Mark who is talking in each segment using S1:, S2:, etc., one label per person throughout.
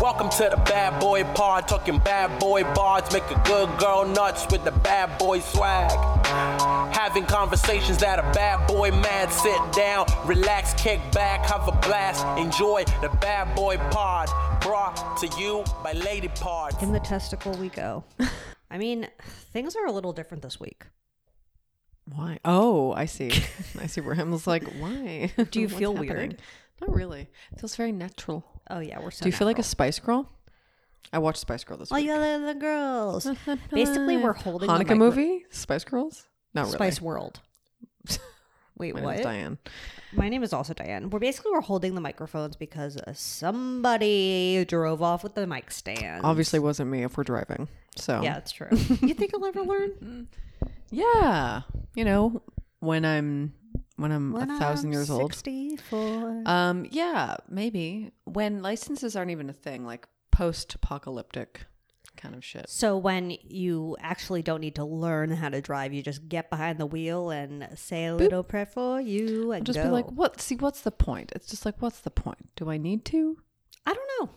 S1: Welcome to the bad boy pod, talking bad boy bards, make a good girl nuts with the bad boy swag. Having conversations that a bad boy mad, sit down, relax, kick back, have a blast, enjoy the bad boy pod, brought to you by Lady Pod.
S2: In the testicle we go. I mean, things are a little different this week.
S3: Why? Oh, I see. I see where Ham's like, why?
S2: Do you
S3: What's
S2: feel weird?
S3: Not really. It feels very natural.
S2: Oh yeah, we're so.
S3: Do you feel like a
S2: natural.
S3: Spice Girl? I watched Spice Girl this
S2: All
S3: week.
S2: you other girls. Basically, we're holding the
S3: Hanukkah
S2: micro-
S3: movie. Spice Girls. Not really.
S2: Spice World. Wait,
S3: My name's
S2: what?
S3: Diane.
S2: My name is also Diane. We're basically we're holding the microphones because uh, somebody drove off with the mic stand.
S3: Obviously, wasn't me if we're driving. So
S2: yeah, it's true. you think I'll ever learn?
S3: yeah. You know, when I'm when I'm
S2: When
S3: a thousand
S2: I'm
S3: years old.
S2: 64.
S3: Um. Yeah. Maybe when licenses aren't even a thing, like post-apocalyptic kind of shit.
S2: So when you actually don't need to learn how to drive, you just get behind the wheel and say a little prayer for you and
S3: I'll just
S2: go.
S3: be like, what? See, what's the point? It's just like, what's the point? Do I need to?
S2: I don't know.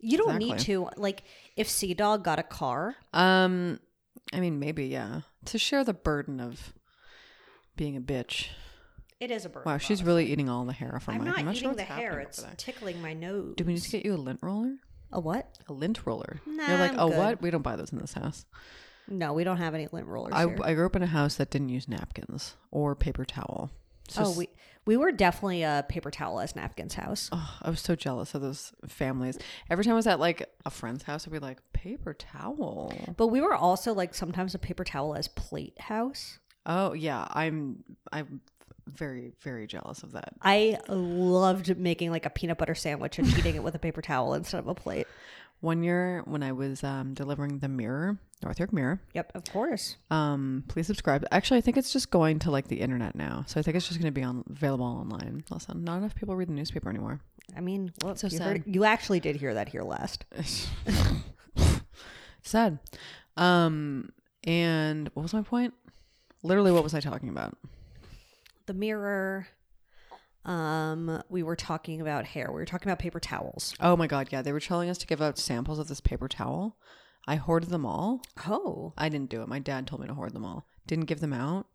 S2: You don't need
S3: Exactly.
S2: to. Like, if Sea Dog got a car,
S3: Um, I mean, maybe, yeah. To share the burden of being a bitch.
S2: it is a bird.
S3: Wow, she's really eating all the hair off her
S2: I'm
S3: mic.
S2: not,
S3: I'm not
S2: eating
S3: sure
S2: the
S3: what's happening
S2: hair.
S3: over
S2: It's
S3: there.
S2: tickling my nose.
S3: Do we need to get you a lint roller?
S2: a what?
S3: A lint roller.
S2: Nah,
S3: You're like,
S2: I'm
S3: oh,
S2: good."
S3: what? We don't buy those in this house.
S2: No, we don't have any lint rollers
S3: I,
S2: here.
S3: I grew up in a house that didn't use napkins or paper towel. It's
S2: oh,
S3: just-
S2: we we were definitely a paper towel as napkins house.
S3: Oh, I was so jealous of those families. Every time I was at like a friend's house, I'd be like, paper towel.
S2: But we were also like sometimes a paper towel as plate house.
S3: Oh yeah, I'm I'm very very jealous of that.
S2: I loved making like a peanut butter sandwich and eating it with a paper towel instead of a plate.
S3: One year when I was um, delivering the Mirror, North York Mirror,
S2: Yep, of course.
S3: um, please subscribe. Actually, I think it's just going to like the internet now, so I think it's just going to be on available online. Listen, not enough people read the newspaper anymore.
S2: I mean, well,
S3: So
S2: you, heard,
S3: sad.
S2: you actually did hear that here last.
S3: Sad. Um, and what was my point? Literally, what was I talking about?
S2: The mirror. Um, we were talking about hair. We were talking about paper towels.
S3: Oh my god, yeah, they were telling us to give out samples of this paper towel. I hoarded them all.
S2: Oh,
S3: I didn't do it. My dad told me to hoard them all. Didn't give them out.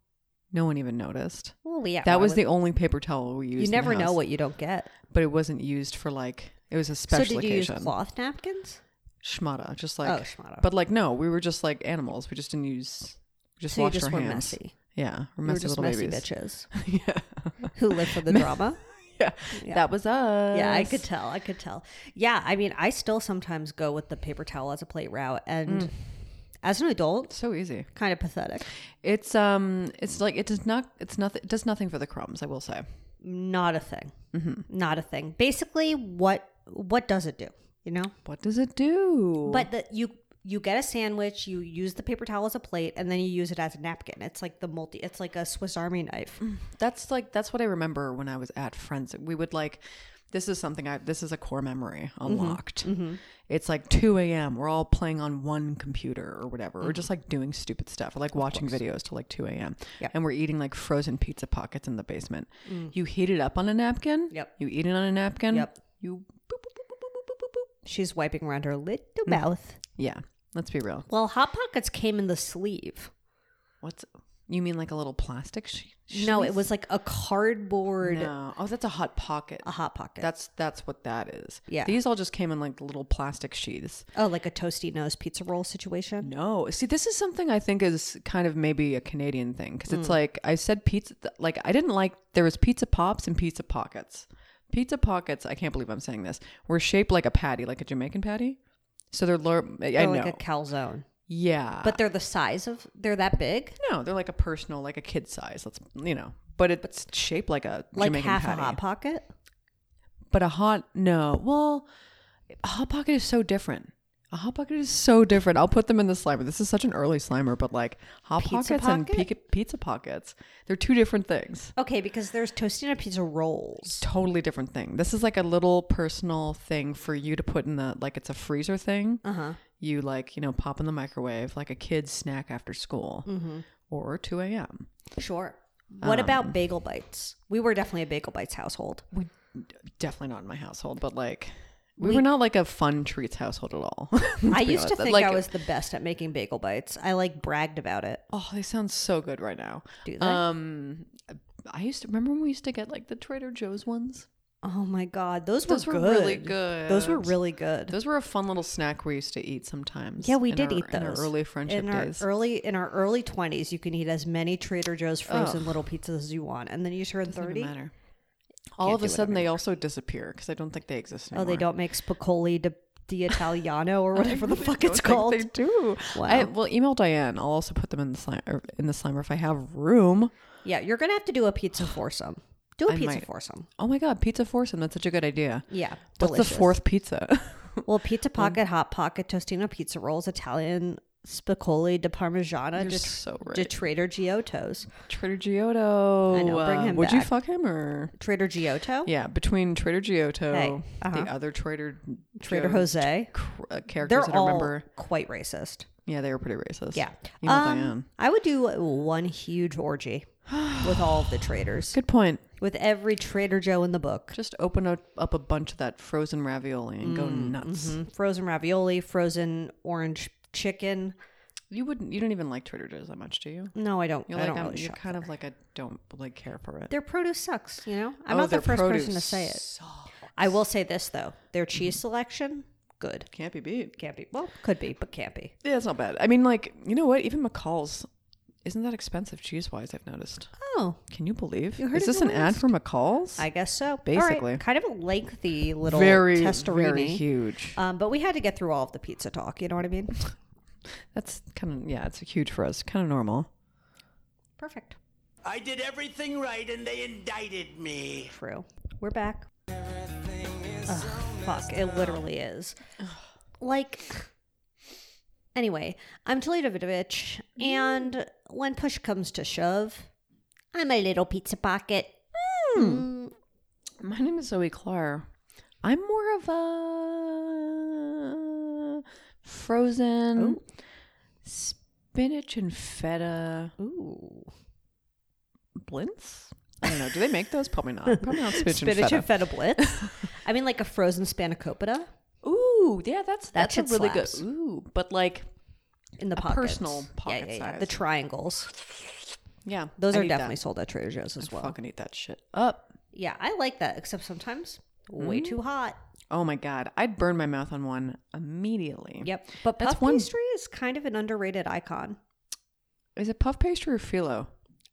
S3: No one even noticed.
S2: well, yeah.
S3: that
S2: why
S3: was
S2: would-
S3: the only paper towel we used.
S2: You
S3: in the
S2: never know
S3: house,
S2: what you don't get.
S3: but it wasn't used for like it was a special
S2: so did you
S3: occasion.
S2: use cloth napkins?
S3: Schmata, just like
S2: oh, schmata.
S3: But like no, we were just like animals. We just didn't use. We just
S2: so you
S3: washed
S2: just
S3: our
S2: were
S3: hands.
S2: messy.
S3: Yeah, we're
S2: You were
S3: messy
S2: just
S3: little
S2: messy
S3: babies.
S2: bitches
S3: yeah.
S2: who live for the drama.
S3: yeah,
S2: Yeah.
S3: that was us.
S2: Yeah, I could tell. I could tell. Yeah, I mean, I still sometimes go with the paper towel as a plate route, and as an adult,
S3: So easy.
S2: kind of pathetic.
S3: It's um, it's like it does not. It's nothing. It does nothing for the crumbs. I will say.
S2: Not a thing. Not a thing. Basically, what what does it do? You know,
S3: What does it do?
S2: but the, you you get a sandwich, you use the paper towel as a plate, and then you use it as a napkin. It's like the multi. It's like a Swiss Army knife.
S3: That's like that's what I remember when I was at friends. We would like this is something I this is a core memory
S2: Mm-hmm.
S3: unlocked. It's like two a.m. We're all playing on one computer or whatever,
S2: Mm-hmm.
S3: or just like doing stupid stuff, or like watching videos till like two a.m.
S2: Yep.
S3: And we're eating like frozen pizza pockets in the basement. You heat it up on a napkin.
S2: Mm. Yep.
S3: You eat it on a napkin.
S2: Yep.
S3: You. Boop, boop, boop, boop, boop, boop, boop, boop.
S2: She's wiping around her little mouth.
S3: Yeah. Let's be real.
S2: Mm. Well, hot pockets came in the sleeve.
S3: What's you mean like a little plastic sheet?
S2: No, it was like a cardboard
S3: No. Oh, that's a hot pocket.
S2: a hot pocket.
S3: That's that's what that is.
S2: Yeah.
S3: These all just came in like little plastic sheaths.
S2: Oh, like a toasty nose pizza roll situation.
S3: No. See, this is something I think is kind of maybe a Canadian thing because
S2: Hmm.
S3: it's like I said pizza like I didn't like there was pizza pops and pizza pockets. Pizza pockets, I can't believe I'm saying this, were shaped like a patty, like a Jamaican patty. So they're lower, I
S2: They're Oh,
S3: know.
S2: like a calzone,
S3: yeah.
S2: but they're the size of they're that big,
S3: no, they're like a personal like a kid size. Let's you know. But it's shaped like a
S2: like
S3: Jamaican
S2: half
S3: patty.
S2: a hot pocket.
S3: But a hot no. Well, a hot pocket is so different. A hot pocket is so different. I'll put them in the slimer. This is such an early slimer, but like hot
S2: Pizza
S3: pockets and
S2: pocket?
S3: pe- pizza pockets, they're two different things.
S2: Okay, because there's Tostina pizza rolls.
S3: Totally different thing. This is like a little personal thing for you to put in the like it's a freezer thing.
S2: Uh huh.
S3: You like you know pop in the microwave like a kid's snack after school
S2: Mm-hmm.
S3: or two a.m.
S2: Sure.
S3: Um,
S2: What about bagel bites? We were definitely a bagel bites household.
S3: Definitely not in my household, but like We, were not like a fun treats household at all.
S2: I
S3: be
S2: used to
S3: honest.
S2: think
S3: Like-
S2: I was the best at making bagel bites. I like bragged about it.
S3: Oh, they sound so good right now.
S2: Do they?
S3: Um, I used to remember when we used to get like the Trader Joe's ones.
S2: Oh my god, those,
S3: Those
S2: were,
S3: were
S2: good.
S3: really
S2: Those were
S3: good.
S2: really good.
S3: Those were a fun little snack we used to eat sometimes.
S2: yeah, we
S3: in
S2: did
S3: our-
S2: eat those
S3: in our early friendship
S2: in our
S3: days.
S2: Early in our early twenties, you can eat as many Trader Joe's frozen little pizzas as you want, and then you turn
S3: Doesn't
S2: thirty.
S3: matter. All of a sudden, they also disappear because I don't think they exist
S2: Oh,
S3: anymore.
S2: they don't make spicoli di, di Italiano or whatever the fuck
S3: don't
S2: it's
S3: think
S2: called.
S3: They do. I, well, email Diane. I'll also put them in the slam, or in the slammer if I have room.
S2: Yeah, you're gonna have to do a pizza foursome. Do a
S3: I
S2: pizza
S3: might.
S2: foursome.
S3: Oh my god, pizza foursome. That's such a good idea.
S2: Yeah,
S3: What's
S2: delicious.
S3: the fourth pizza?
S2: Well, pizza pocket, hot pocket, tostino pizza rolls, Italian spicoli di parmigiana,
S3: You're
S2: di,
S3: so right.
S2: di Trader Giotto's.
S3: Trader Giotto.
S2: I know, bring
S3: Uh,
S2: him
S3: Would you
S2: back.
S3: fuck him or?
S2: Trader Giotto,
S3: Yeah, between Trader Giotto,
S2: Hey, uh-huh.
S3: the other Trader
S2: Trader
S3: Joe
S2: Jose.
S3: cr- uh, characters
S2: They're
S3: that I
S2: all
S3: remember.
S2: quite racist.
S3: Yeah, they were pretty racist.
S2: Yeah.
S3: Email
S2: Um,
S3: Diane.
S2: I would do one huge orgy with all of the traders,
S3: Good point.
S2: with every Trader Joe in the book.
S3: Just open up, up a bunch of that frozen ravioli and go
S2: Mm,
S3: nuts.
S2: Um, Frozen ravioli, frozen orange chicken.
S3: You wouldn't. You don't even like Trader Joe's that much, do you?
S2: No, I don't.
S3: You're
S2: I
S3: like
S2: don't
S3: I'm-
S2: really
S3: you're
S2: shop
S3: kind of like I don't like care for it.
S2: Their produce sucks, you know? I'm
S3: Oh,
S2: not the
S3: their
S2: first person to
S3: produce
S2: say it.
S3: sucks.
S2: I will say this, though. Their cheese selection, good.
S3: Can't be beat.
S2: Can't be. Well, could be, but can't be.
S3: Yeah, it's not bad. I mean, like you know what? Even McCall's isn't that expensive cheese wise. I've noticed.
S2: Oh,
S3: Can you believe?
S2: You heard
S3: Is
S2: it
S3: this
S2: here
S3: an ad for McCall's?
S2: I guess so. All right,
S3: Basically.
S2: Kind of a lengthy little
S3: very,
S2: testorini.
S3: very huge.
S2: Um, but we had to get through all of the pizza talk. You know what I mean?
S3: That's kind of yeah. It's huge for us. Kind of normal.
S2: Perfect.
S1: I did everything right and they indicted me.
S2: True. We're back. Ugh, fuck. It literally is. Like. Anyway, I'm Talia Davidovich, and when push comes to shove, I'm a little pizza pocket.
S3: My name is Zoe Clar. I'm more of a frozen spinach and feta
S2: Ooh.
S3: blintz. I don't know. Do they make those? Probably not. Probably not spinach,
S2: Spinach
S3: and feta.
S2: and feta blitz. I mean, like a frozen spanakopita
S3: ooh, yeah, that's
S2: That
S3: that's a
S2: shit
S3: really
S2: slaps.
S3: good. Ooh, but like,
S2: in the
S3: A
S2: pockets.
S3: personal
S2: Yeah,
S3: pocket
S2: yeah, yeah.
S3: size.
S2: The triangles.
S3: yeah,
S2: Those
S3: I'd
S2: are
S3: eat that.
S2: definitely sold at Trader Joe's as well.
S3: Fucking eat that shit up.
S2: Yeah, I like that, except sometimes way too hot.
S3: Oh my god, I'd burn my mouth on one immediately.
S2: Yep. But
S3: That's
S2: puff
S3: one-
S2: pastry is kind of an underrated icon.
S3: Is it puff pastry or phyllo?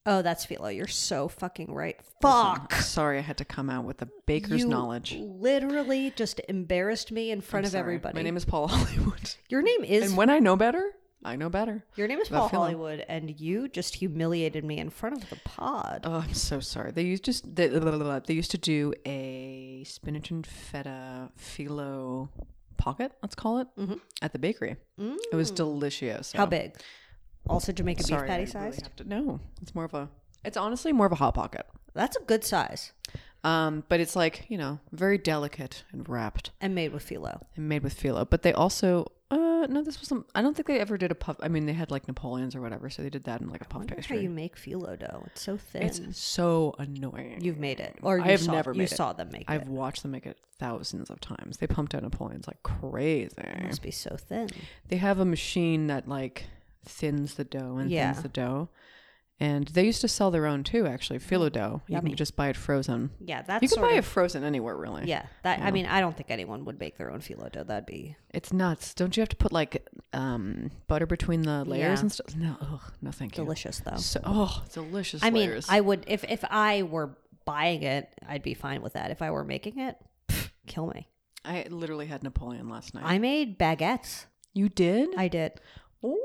S2: Oh, that's phyllo. You're so fucking right. Fuck.
S3: Sorry, I had to come out with a baker's
S2: You
S3: knowledge.
S2: Literally just embarrassed me in front
S3: I'm
S2: of
S3: sorry.
S2: everybody.
S3: My name is Paul Hollywood.
S2: Your name is
S3: And when I know better, I know better.
S2: Your name is
S3: about
S2: Paul
S3: phyllo.
S2: Hollywood and you just humiliated me in front of the pod.
S3: Oh, I'm so sorry. They used just they, blah, blah, blah, they used to do a spinach and feta phyllo pocket. Let's call it at the bakery. It was delicious.
S2: Mm-hmm. Mm. How big? Also Jamaica
S3: Sorry,
S2: beef
S3: I
S2: patty
S3: really
S2: sized.
S3: have to- no, it's more of a. It's honestly more of a hot pocket.
S2: That's a good size
S3: Um, but it's like you know very delicate and wrapped
S2: and made with phyllo.
S3: and made with phyllo. But they also. Uh no, this wasn't. I don't think they ever did a puff. I mean, they had like Napoleons or whatever, so they did that in like a puff
S2: That's how
S3: pastry.
S2: you make phyllo dough. It's so thin.
S3: It's so annoying.
S2: You've made it, or you
S3: I have
S2: saw,
S3: never
S2: you
S3: made it.
S2: saw them make
S3: I've
S2: it.
S3: watched them make it thousands of times. They pumped out Napoleons like crazy.
S2: It must be so thin.
S3: They have a machine that like thins the dough and
S2: Yeah.
S3: thins the dough. And they used to sell their own too, actually, phyllo dough. You
S2: Mm, Yummy.
S3: can just buy it frozen.
S2: Yeah, that's
S3: you can
S2: sort
S3: buy
S2: of,
S3: it frozen anywhere, really.
S2: Yeah, that. I mean, I don't think anyone would make their own phyllo dough. That'd be
S3: it's nuts. Don't you have to put like um, butter between the layers
S2: Yeah.
S3: and stuff? No, ugh, no, thank you.
S2: delicious, though.
S3: So, oh, delicious
S2: I mean,
S3: layers.
S2: I would if if I were buying it, I'd be fine with that. If I were making it, pff, kill me.
S3: I literally had Napoleon last night.
S2: I made baguettes.
S3: you did?
S2: I did.
S3: Ooh.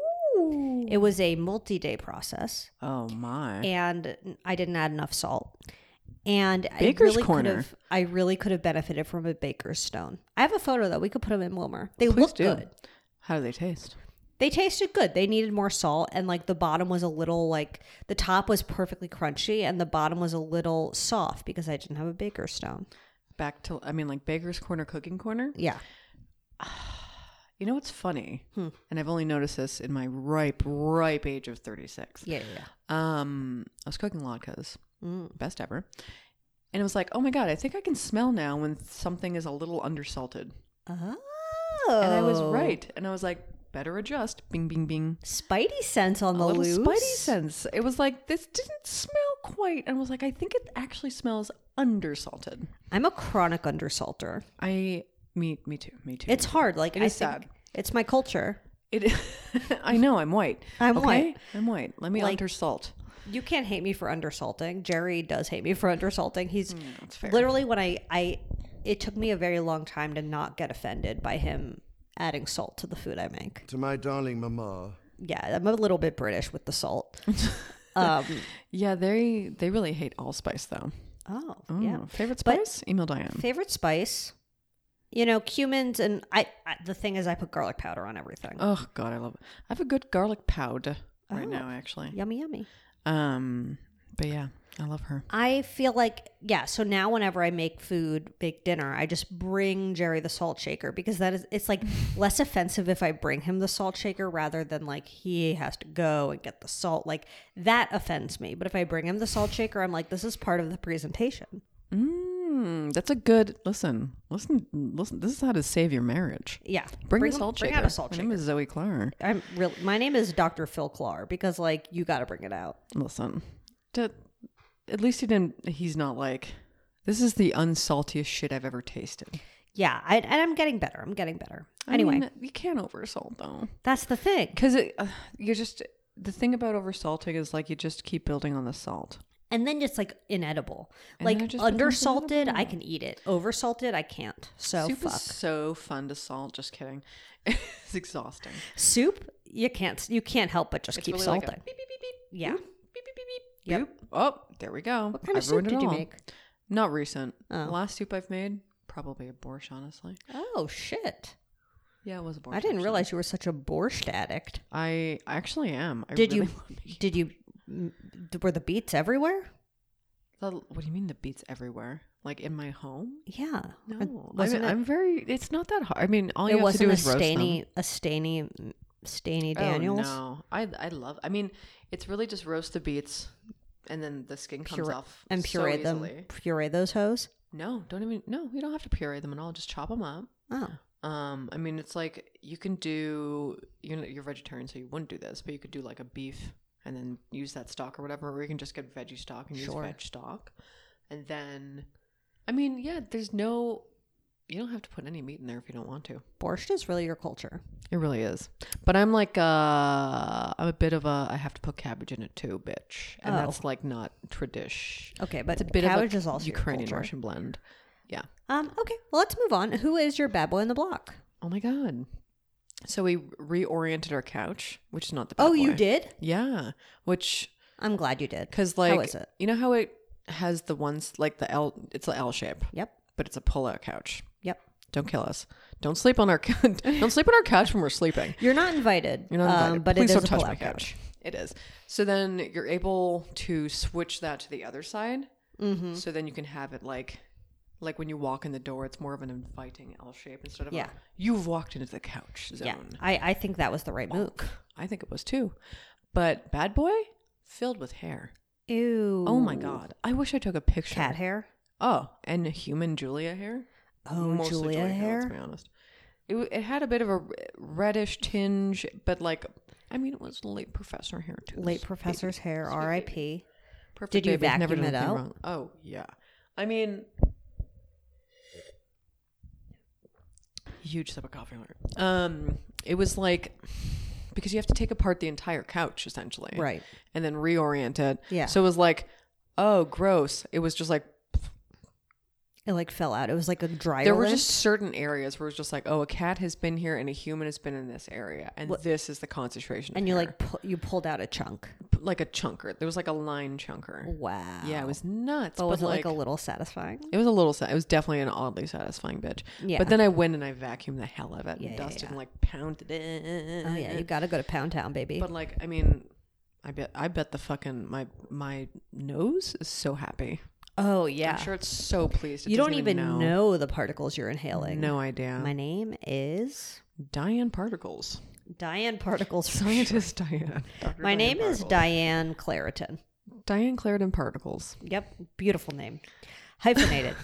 S2: It was a multi-day process,
S3: oh my.
S2: and I didn't add enough salt. And I
S3: Baker's
S2: really
S3: corner.
S2: could have I really could have benefited from a baker's stone. I have a photo though. We could put them in Wilmer. They
S3: Please
S2: look
S3: do.
S2: good.
S3: How do they taste?
S2: they tasted good. They needed more salt, and like the bottom was a little like the top was perfectly crunchy, and the bottom was a little soft because I didn't have a baker's stone.
S3: Back to, I mean, like Baker's Corner, Cooking Corner.
S2: Yeah,
S3: You know what's funny?
S2: Hmm.
S3: And I've only noticed this in my ripe, ripe age of 36.
S2: yeah, yeah.
S3: Um, I was cooking latkes,
S2: Mm.
S3: best ever. And it was like, oh my God, I think I can smell now when something is a little undersalted.
S2: Oh.
S3: And I was right. And I was like, better adjust. Bing, bing, bing.
S2: Spidey sense on the
S3: A little
S2: loose.
S3: spidey sense. It was like, this didn't smell quite. And I was like, I think it actually smells undersalted.
S2: I'm a chronic undersalter.
S3: I, me, me too, me too.
S2: It's hard. Like I
S3: is
S2: think
S3: sad.
S2: it's my culture.
S3: It, I know I'm white.
S2: I'm
S3: okay?
S2: white.
S3: I'm white. Let me
S2: Like-
S3: undersalt.
S2: You can't hate me for undersalting. Jerry does hate me for undersalting. He's literally when I I it took me a very long time to not get offended by him adding salt to the food I make.
S4: To my darling mamma.
S2: Yeah, I'm a little bit British with the salt. Um,
S3: Yeah, they they really hate allspice though.
S2: Oh,
S3: Ooh,
S2: yeah.
S3: favorite
S2: But-
S3: spice? Email Diane.
S2: Favorite spice? You know, cumins and I, I the thing is I put garlic powder on everything.
S3: oh God, I love. It. I have a good garlic powder
S2: Oh,
S3: right now actually.
S2: Yummy yummy.
S3: Um, but yeah, I love her.
S2: I feel like yeah, so now whenever I make food, bake dinner, I just bring Jerry the salt shaker because that is it's like less offensive if I bring him the salt shaker rather than like he has to go and get the salt. Like that offends me. But if I bring him the salt shaker, I'm like this is part of the presentation.
S3: Mm, that's a good listen. Listen, listen. This is how to save your marriage.
S2: Yeah.
S3: Bring,
S2: him-
S3: the salt
S2: bring
S3: shaker.
S2: out a salt
S3: My
S2: shaker.
S3: name is Zoe Clark.
S2: I'm real my name is Dr. Phil Clar because like you got to bring it out.
S3: Listen, to, at least he didn't. He's not like this is the unsaltiest shit I've ever tasted.
S2: Yeah, I, and I'm getting better. I'm getting better.
S3: I
S2: Anyway,
S3: mean, you can't oversalt though.
S2: that's the thing.
S3: Because uh, you just the thing about oversalting is like you just keep building on the salt.
S2: And then it's like inedible.
S3: And
S2: like
S3: then it just becomes
S2: undersalted, I
S3: inedible.
S2: can eat it. Oversalted, I can't. So
S3: Soup
S2: Oh, fuck.
S3: is so fun to salt. Just kidding. it's exhausting.
S2: Soup, you can't you can't help but just
S3: It's
S2: keep
S3: really like a
S2: salting.
S3: beep, beep, beep, beep,
S2: yeah.
S3: boop, beep, beep, beep, beep,
S2: Yep.
S3: boop. Oh, there we go.
S2: What kind of
S3: I've
S2: soup
S3: ruined it
S2: did you
S3: all.
S2: make?
S3: Not recent.
S2: Oh.
S3: Last soup I've made probably a borscht, honestly.
S2: Oh shit.
S3: Yeah, it was a borscht.
S2: I didn't
S3: actually.
S2: realize you were such a borscht addict.
S3: I actually am. I
S2: Did
S3: really
S2: you-
S3: love making-
S2: Did you m- d- were the beets everywhere?
S3: The- What do you mean the beets everywhere? Like in my home?
S2: Yeah. Uh,
S3: No, I
S2: Wasn't
S3: mean, I'm very. It's not that hard. I mean, all
S2: it,
S3: you
S2: it
S3: have to do
S2: wasn't a
S3: is roast them.
S2: stainy a stainy stainy Daniels.
S3: Oh, no, I I love. I mean, it's really just roast the beets, and then the skin comes
S2: Pure-
S3: off
S2: and
S3: so
S2: puree them
S3: easily.
S2: puree those hoes.
S3: No, don't even. No, you don't have to puree them at all. Just chop them up.
S2: Oh.
S3: Um, I mean, it's like you can do. You're not- you're vegetarian, so you wouldn't do this, but you could do like a beef and then use that stock or whatever, or you can just get veggie stock and
S2: Sure.
S3: use veg stock, and then, I mean, yeah, there's no. You don't have to put any meat in there if you don't want to.
S2: Borscht is really your culture.
S3: It really is. But I'm like uh I'm a bit of a I have to put cabbage in it too, bitch. And
S2: Oh.
S3: that's like not tradish.
S2: Okay, but
S3: It's a bit
S2: cabbage
S3: of a
S2: is also your
S3: Ukrainian
S2: culture.
S3: Russian blend. Yeah.
S2: Um, okay, well, let's move on. Who is your bad boy in the block?
S3: Oh my god. So we reoriented our couch, which is not the bad
S2: oh, you
S3: boy.
S2: did?
S3: Yeah. Which
S2: I'm glad you did.
S3: cuz like
S2: is it?
S3: you know how it has the ones like the L it's an L shape,
S2: Yep,
S3: but it's a pull-out couch.
S2: yep.
S3: Don't kill us. Don't sleep on our cou- don't sleep on our couch when we're sleeping.
S2: You're not invited. um,
S3: You're not invited.
S2: but
S3: Please
S2: it is
S3: don't
S2: a
S3: touch my
S2: pull-out
S3: couch. It is. So then you're able to switch that to the other side. Mm-hmm. So then you can have it like, like when you walk in the door, it's more of an inviting L shape instead of a,
S2: Yeah.
S3: you've walked into the couch zone.
S2: Yeah, I, I think that was the right move.
S3: I think it was too, but bad boy filled with hair.
S2: Ew.
S3: Oh my god! I wish I took a picture.
S2: Cat hair.
S3: Oh, and human Julia hair.
S2: Oh,
S3: Mostly
S2: Julia hair.
S3: Let's be honest. It, w- it had a bit of a r- reddish tinge, but like, I mean, it was late professor hair too.
S2: Late
S3: This
S2: professor's
S3: baby-
S2: hair.
S3: this baby-
S2: R.I.P.
S3: Perfect
S2: Did you
S3: baby. Never
S2: vacuum
S3: done
S2: it
S3: anything
S2: out?
S3: wrong. Oh yeah. I mean, huge sip of coffee. on it. Um, it was like because you have to take apart the entire couch essentially,
S2: Right.
S3: And then reorient it.
S2: Yeah.
S3: So it was like, oh, gross. It was just like
S2: It like fell out. It was like a dry.
S3: there were just certain areas where it's just like, oh, a cat has been here and a human has been in this area, and this is the concentration. of
S2: and you
S3: hair.
S2: like pu- you pulled out a chunk.
S3: P- like a chunker. There was like a line chunker.
S2: Wow.
S3: Yeah, it was nuts.
S2: But was it like,
S3: like
S2: a little satisfying?
S3: It was a little. sa- It was definitely an oddly satisfying bitch.
S2: Yeah.
S3: But then I went and I vacuumed the hell out of it,
S2: Yeah, yeah,
S3: and dusted
S2: yeah.
S3: and like pounded it.
S2: Oh yeah, you got to go to Pound Town, baby.
S3: But like, I mean, I bet I bet the fucking my my nose is so happy.
S2: oh yeah.
S3: I'm sure it's so pleased. It
S2: you don't
S3: doesn't
S2: even know. the particles you're inhaling.
S3: No idea.
S2: My name is
S3: Diane Particles.
S2: Diane Particles. for sure.
S3: Scientist Diane. Dr.
S2: My
S3: Diane
S2: name is
S3: Particles.
S2: Diane Claritin.
S3: Diane Clarendon Particles.
S2: Yep, beautiful name. Hyphenated.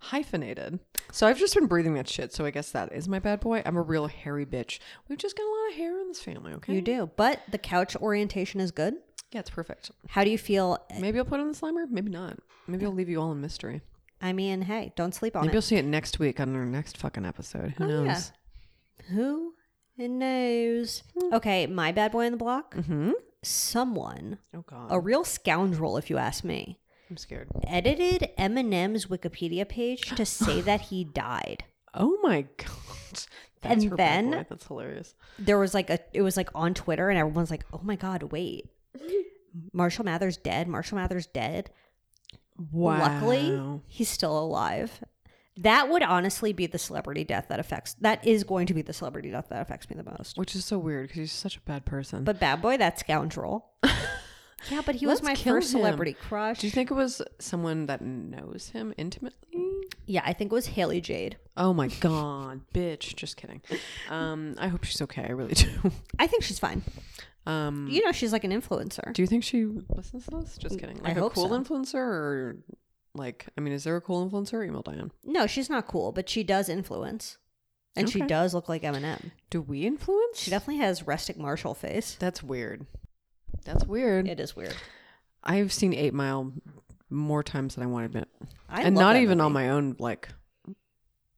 S3: Hyphenated. So I've just been breathing that shit. So I guess that is my bad boy. I'm a real hairy bitch. We've just got a lot of hair in this family. Okay.
S2: You do. But the couch orientation is good.
S3: Yeah, it's perfect.
S2: How do you feel?
S3: Maybe I'll put it on the slimer. Maybe not. Maybe I'll leave you all in mystery.
S2: I mean, hey, don't sleep on
S3: Maybe
S2: it. Oh,
S3: you'll see it next week on our next fucking episode. Who knows?
S2: yeah. Who knows? Okay, my bad boy on the block.
S3: Hmm. Mm-hmm.
S2: Someone,
S3: Oh god,
S2: a real scoundrel, if you ask me,
S3: I'm scared.
S2: edited Eminem's Wikipedia page to say that he died.
S3: Oh my god,
S2: And
S3: her bad
S2: then-
S3: boy. that's hilarious.
S2: There was like a, it was like on Twitter, and everyone's like, "Oh my god, wait, Marshall Mathers dead. Marshall Mathers dead."
S3: Wow.
S2: Luckily, he's still alive. That would honestly be the celebrity death that affects. That is going to be the celebrity death that affects me the most.
S3: which is so weird because he's such a bad person.
S2: But bad boy, that scoundrel. yeah, but he was
S3: Let's
S2: my
S3: kill
S2: first
S3: him.
S2: celebrity crush.
S3: do you think it was someone that knows him intimately?
S2: yeah, I think it was Haley Jade.
S3: Oh my god, bitch! Just kidding. Um, I hope she's okay. I really do.
S2: I think she's fine.
S3: Um,
S2: You know, she's like an influencer.
S3: do you think she listens to this? Just kidding.
S2: I
S3: Like a
S2: hope
S3: cool
S2: so.
S3: influencer, or like, I mean, is there a cool influencer? Email Diane.
S2: no, she's not cool, but she does influence, and she
S3: Okay.
S2: does look like Eminem.
S3: Do we influence?
S2: She definitely has rustic Marshall face.
S3: That's weird. That's weird.
S2: It is weird.
S3: I've seen Eight Mile more times than I want to admit,
S2: I
S3: and
S2: love
S3: not
S2: that
S3: even on
S2: movie.
S3: my own like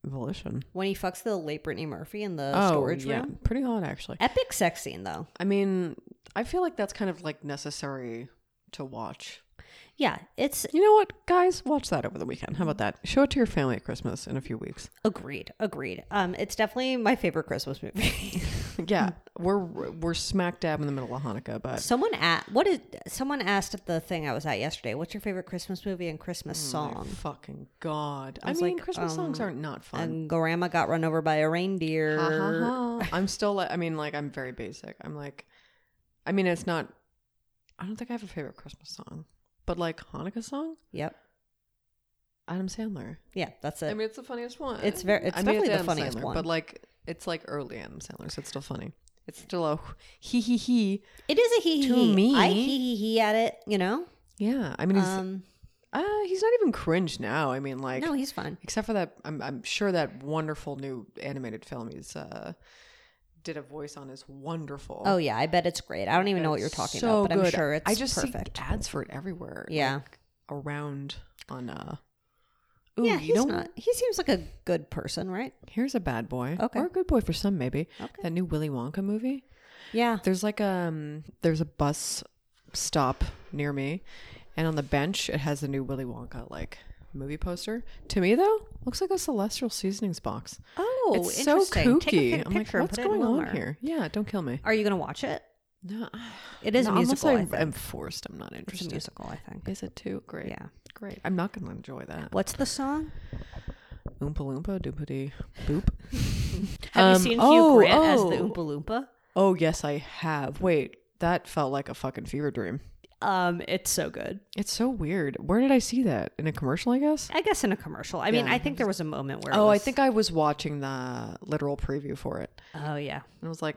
S3: volition. Oh,
S2: when he fucks the late Brittany Murphy in the storage room.
S3: pretty hot actually.
S2: Epic sex scene though.
S3: I mean, I feel like that's kind of like necessary to watch.
S2: Yeah, it's
S3: You know what, guys? Watch that over the weekend. How about that? Show it to your family at Christmas in a few weeks.
S2: agreed, agreed. Um, it's definitely my favorite Christmas movie.
S3: Yeah, we're we're smack dab in the middle of Hanukkah, but
S2: Someone at what is someone asked at the thing I was at yesterday. What's your favorite Christmas movie and Christmas
S3: my
S2: song?
S3: fucking god! I,
S2: was
S3: mean,
S2: like,
S3: Christmas songs
S2: um,
S3: aren't not fun.
S2: And Grandma got run over by a reindeer.
S3: Ha, ha,
S2: Uh-huh.
S3: ha. I'm still like, I mean, like I'm very basic. I'm like, I mean, it's not. I don't think I have a favorite Christmas song, but like Hanukkah song,
S2: Yep.
S3: Adam Sandler.
S2: Yeah, that's it.
S3: I mean, it's the funniest one.
S2: It's ver- it's
S3: I
S2: definitely the
S3: Adam
S2: funniest
S3: Sandler,
S2: one.
S3: But like, it's like early Adam Sandler, so it's still funny. It's still a hee hee hee.
S2: it is a hee
S3: to
S2: hee. hee.
S3: me-
S2: I hee hee hee at it. You know.
S3: Yeah, I mean, he's
S2: Um.
S3: uh, he's not even cringe now. I mean, like,
S2: no, he's fine.
S3: except for that, I'm I'm sure that wonderful new animated film he's uh did a voice on is wonderful.
S2: Oh yeah, I bet it's great. I don't even know what you're talking about, but I'm sure it's
S3: I just
S2: perfect.
S3: see ads for it everywhere.
S2: Yeah.
S3: like, around on uh. Ooh,
S2: yeah,
S3: you
S2: he's
S3: know,
S2: not. He seems like a good person, right?
S3: here's a bad boy.
S2: Okay.
S3: or a good boy for some maybe.
S2: Okay.
S3: That new Willy Wonka movie.
S2: Yeah.
S3: There's like um there's a bus stop near me and on the bench it has the new Willy Wonka like movie poster. To me though, looks like a celestial seasonings box.
S2: Oh,
S3: it's so
S2: interesting. Take a
S3: kooky.
S2: pic-
S3: I'm like,
S2: picture and
S3: what's
S2: put it in
S3: going on
S2: Walmart.
S3: here? Yeah, don't kill me.
S2: Are you gonna watch it?
S3: No,
S2: It is a
S3: no,
S2: musical. I
S3: Unless
S2: think.
S3: I am forced, I'm not
S2: It's a
S3: interested.
S2: musical. I think.
S3: Is it too great?
S2: Yeah.
S3: great. I'm not gonna enjoy that.
S2: What's the song?
S3: Oompa loompa doopity boop.
S2: Have
S3: Um,
S2: you seen
S3: oh,
S2: Hugh Grant as the
S3: oh.
S2: Oompa Loompa?
S3: Oh yes, I have. Wait, that felt like a fucking fever dream.
S2: Um, it's so good.
S3: It's so weird. Where did I see that in a commercial? I guess.
S2: I guess in a commercial. I mean,
S3: Yeah.
S2: I think there was a moment where. it
S3: Oh, I
S2: was-
S3: think I was watching the literal preview for it,
S2: Oh yeah,
S3: and I was like,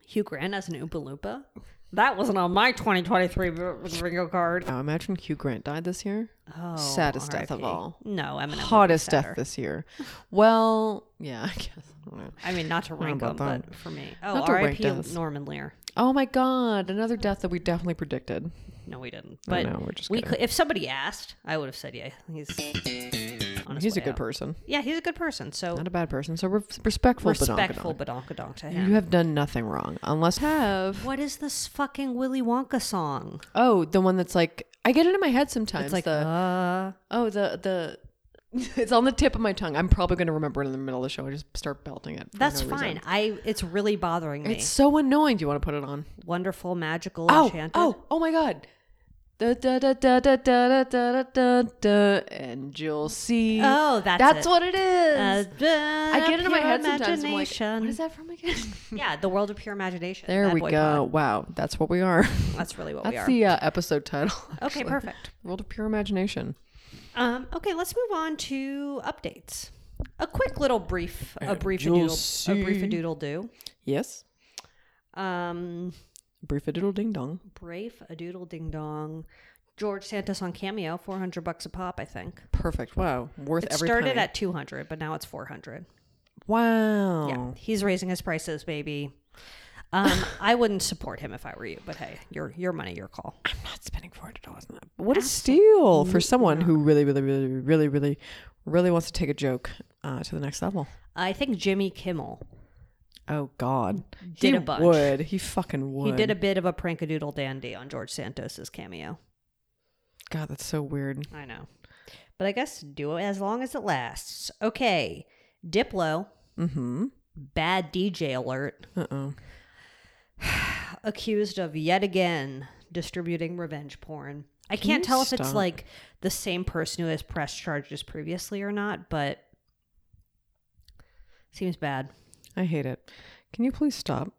S2: Hugh Grant as an Oompa Loompa. That wasn't on my 2023 b- bingo card.
S3: "Now imagine Hugh Grant died this year.
S2: Oh,
S3: Saddest death of
S2: RIP.
S3: all.
S2: No, Eminem. would be
S3: Hottest death
S2: sadder.
S3: this year." Well, yeah, I guess. I don't know.
S2: I mean, not to rank them,
S3: about
S2: but
S3: that.
S2: for me,
S3: Not
S2: oh,
S3: to rank
S2: R.I.P.
S3: deaths.
S2: Norman Lear.
S3: Oh my god, another death that we definitely predicted.
S2: No, we didn't. But
S3: no, we're just
S2: we
S3: kidding.
S2: could, if somebody asked, I would have said, yeah, he's on his
S3: He's a
S2: way
S3: good
S2: out.
S3: person,
S2: Yeah, he's a good person. So
S3: not a bad person. So re- respectful,
S2: Oh. respectful,
S3: but
S2: but donkadonk to
S3: not. You
S2: him.
S3: have done nothing wrong, unless have.
S2: What is this fucking Willy Wonka song?
S3: Oh, the one that's like I get it in my head sometimes.
S2: It's like,
S3: the
S2: uh,
S3: oh the the. It's on the tip of my tongue. I'm probably going to remember it in the middle of the show. I just start belting it. for
S2: that's
S3: no reason.
S2: fine. I it's really bothering me.
S3: It's so annoying. Do you want to put it on?
S2: Wonderful, magical,
S3: Oh,
S2: enchanted.
S3: oh, oh my god. Da, da, da, da, da, da, da, da, da, da, and you'll see.
S2: Oh, that's it.
S3: what it
S2: Uh,
S3: is. I
S2: I
S3: get it in my head sometimes. I'm like, what is that from again?
S2: Yeah, the world of pure imagination.
S3: There
S2: Bad
S3: we
S2: Boy
S3: go.
S2: Pod.
S3: Wow, that's what we are.
S2: That's really what we
S3: that's
S2: are.
S3: the uh, episode title.
S2: okay,
S3: actually.
S2: perfect.
S3: World of pure imagination.
S2: Um, okay, let's move on to updates. A quick little brief, a brief a
S3: Uh, you'll
S2: doodle, a brief a
S3: see.
S2: doodle do.
S3: Yes.
S2: Um,
S3: Brief a doodle ding dong.
S2: brave a doodle ding dong. George Santos on Cameo, 400 bucks a pop, I think.
S3: Perfect. Wow. Worth
S2: It
S3: every
S2: started
S3: penny.
S2: at 200, but now it's 400.
S3: Wow.
S2: Yeah, he's raising his prices, baby. Um, I wouldn't support him if I were you, but hey, your your money, your call.
S3: Not spending four hundred dollars on that. What a steal for someone who really, really, really, really, really, really wants to take a joke uh, to the next level.
S2: I think Jimmy Kimmel.
S3: Oh God,
S2: Did
S3: he
S2: a bunch.
S3: would. He fucking would.
S2: He did a bit of a prankadoodle dandy on George Santos's cameo.
S3: God, that's so weird.
S2: I know, but I guess do it as long as it lasts. Okay, Diplo.
S3: Mm-hmm.
S2: Bad DJ alert.
S3: Uh oh.
S2: accused of yet again distributing revenge porn. I can't
S3: you
S2: tell if
S3: stop?
S2: it's like the same person who has pressed charges previously or not, but seems bad.
S3: I hate it. Can you please stop?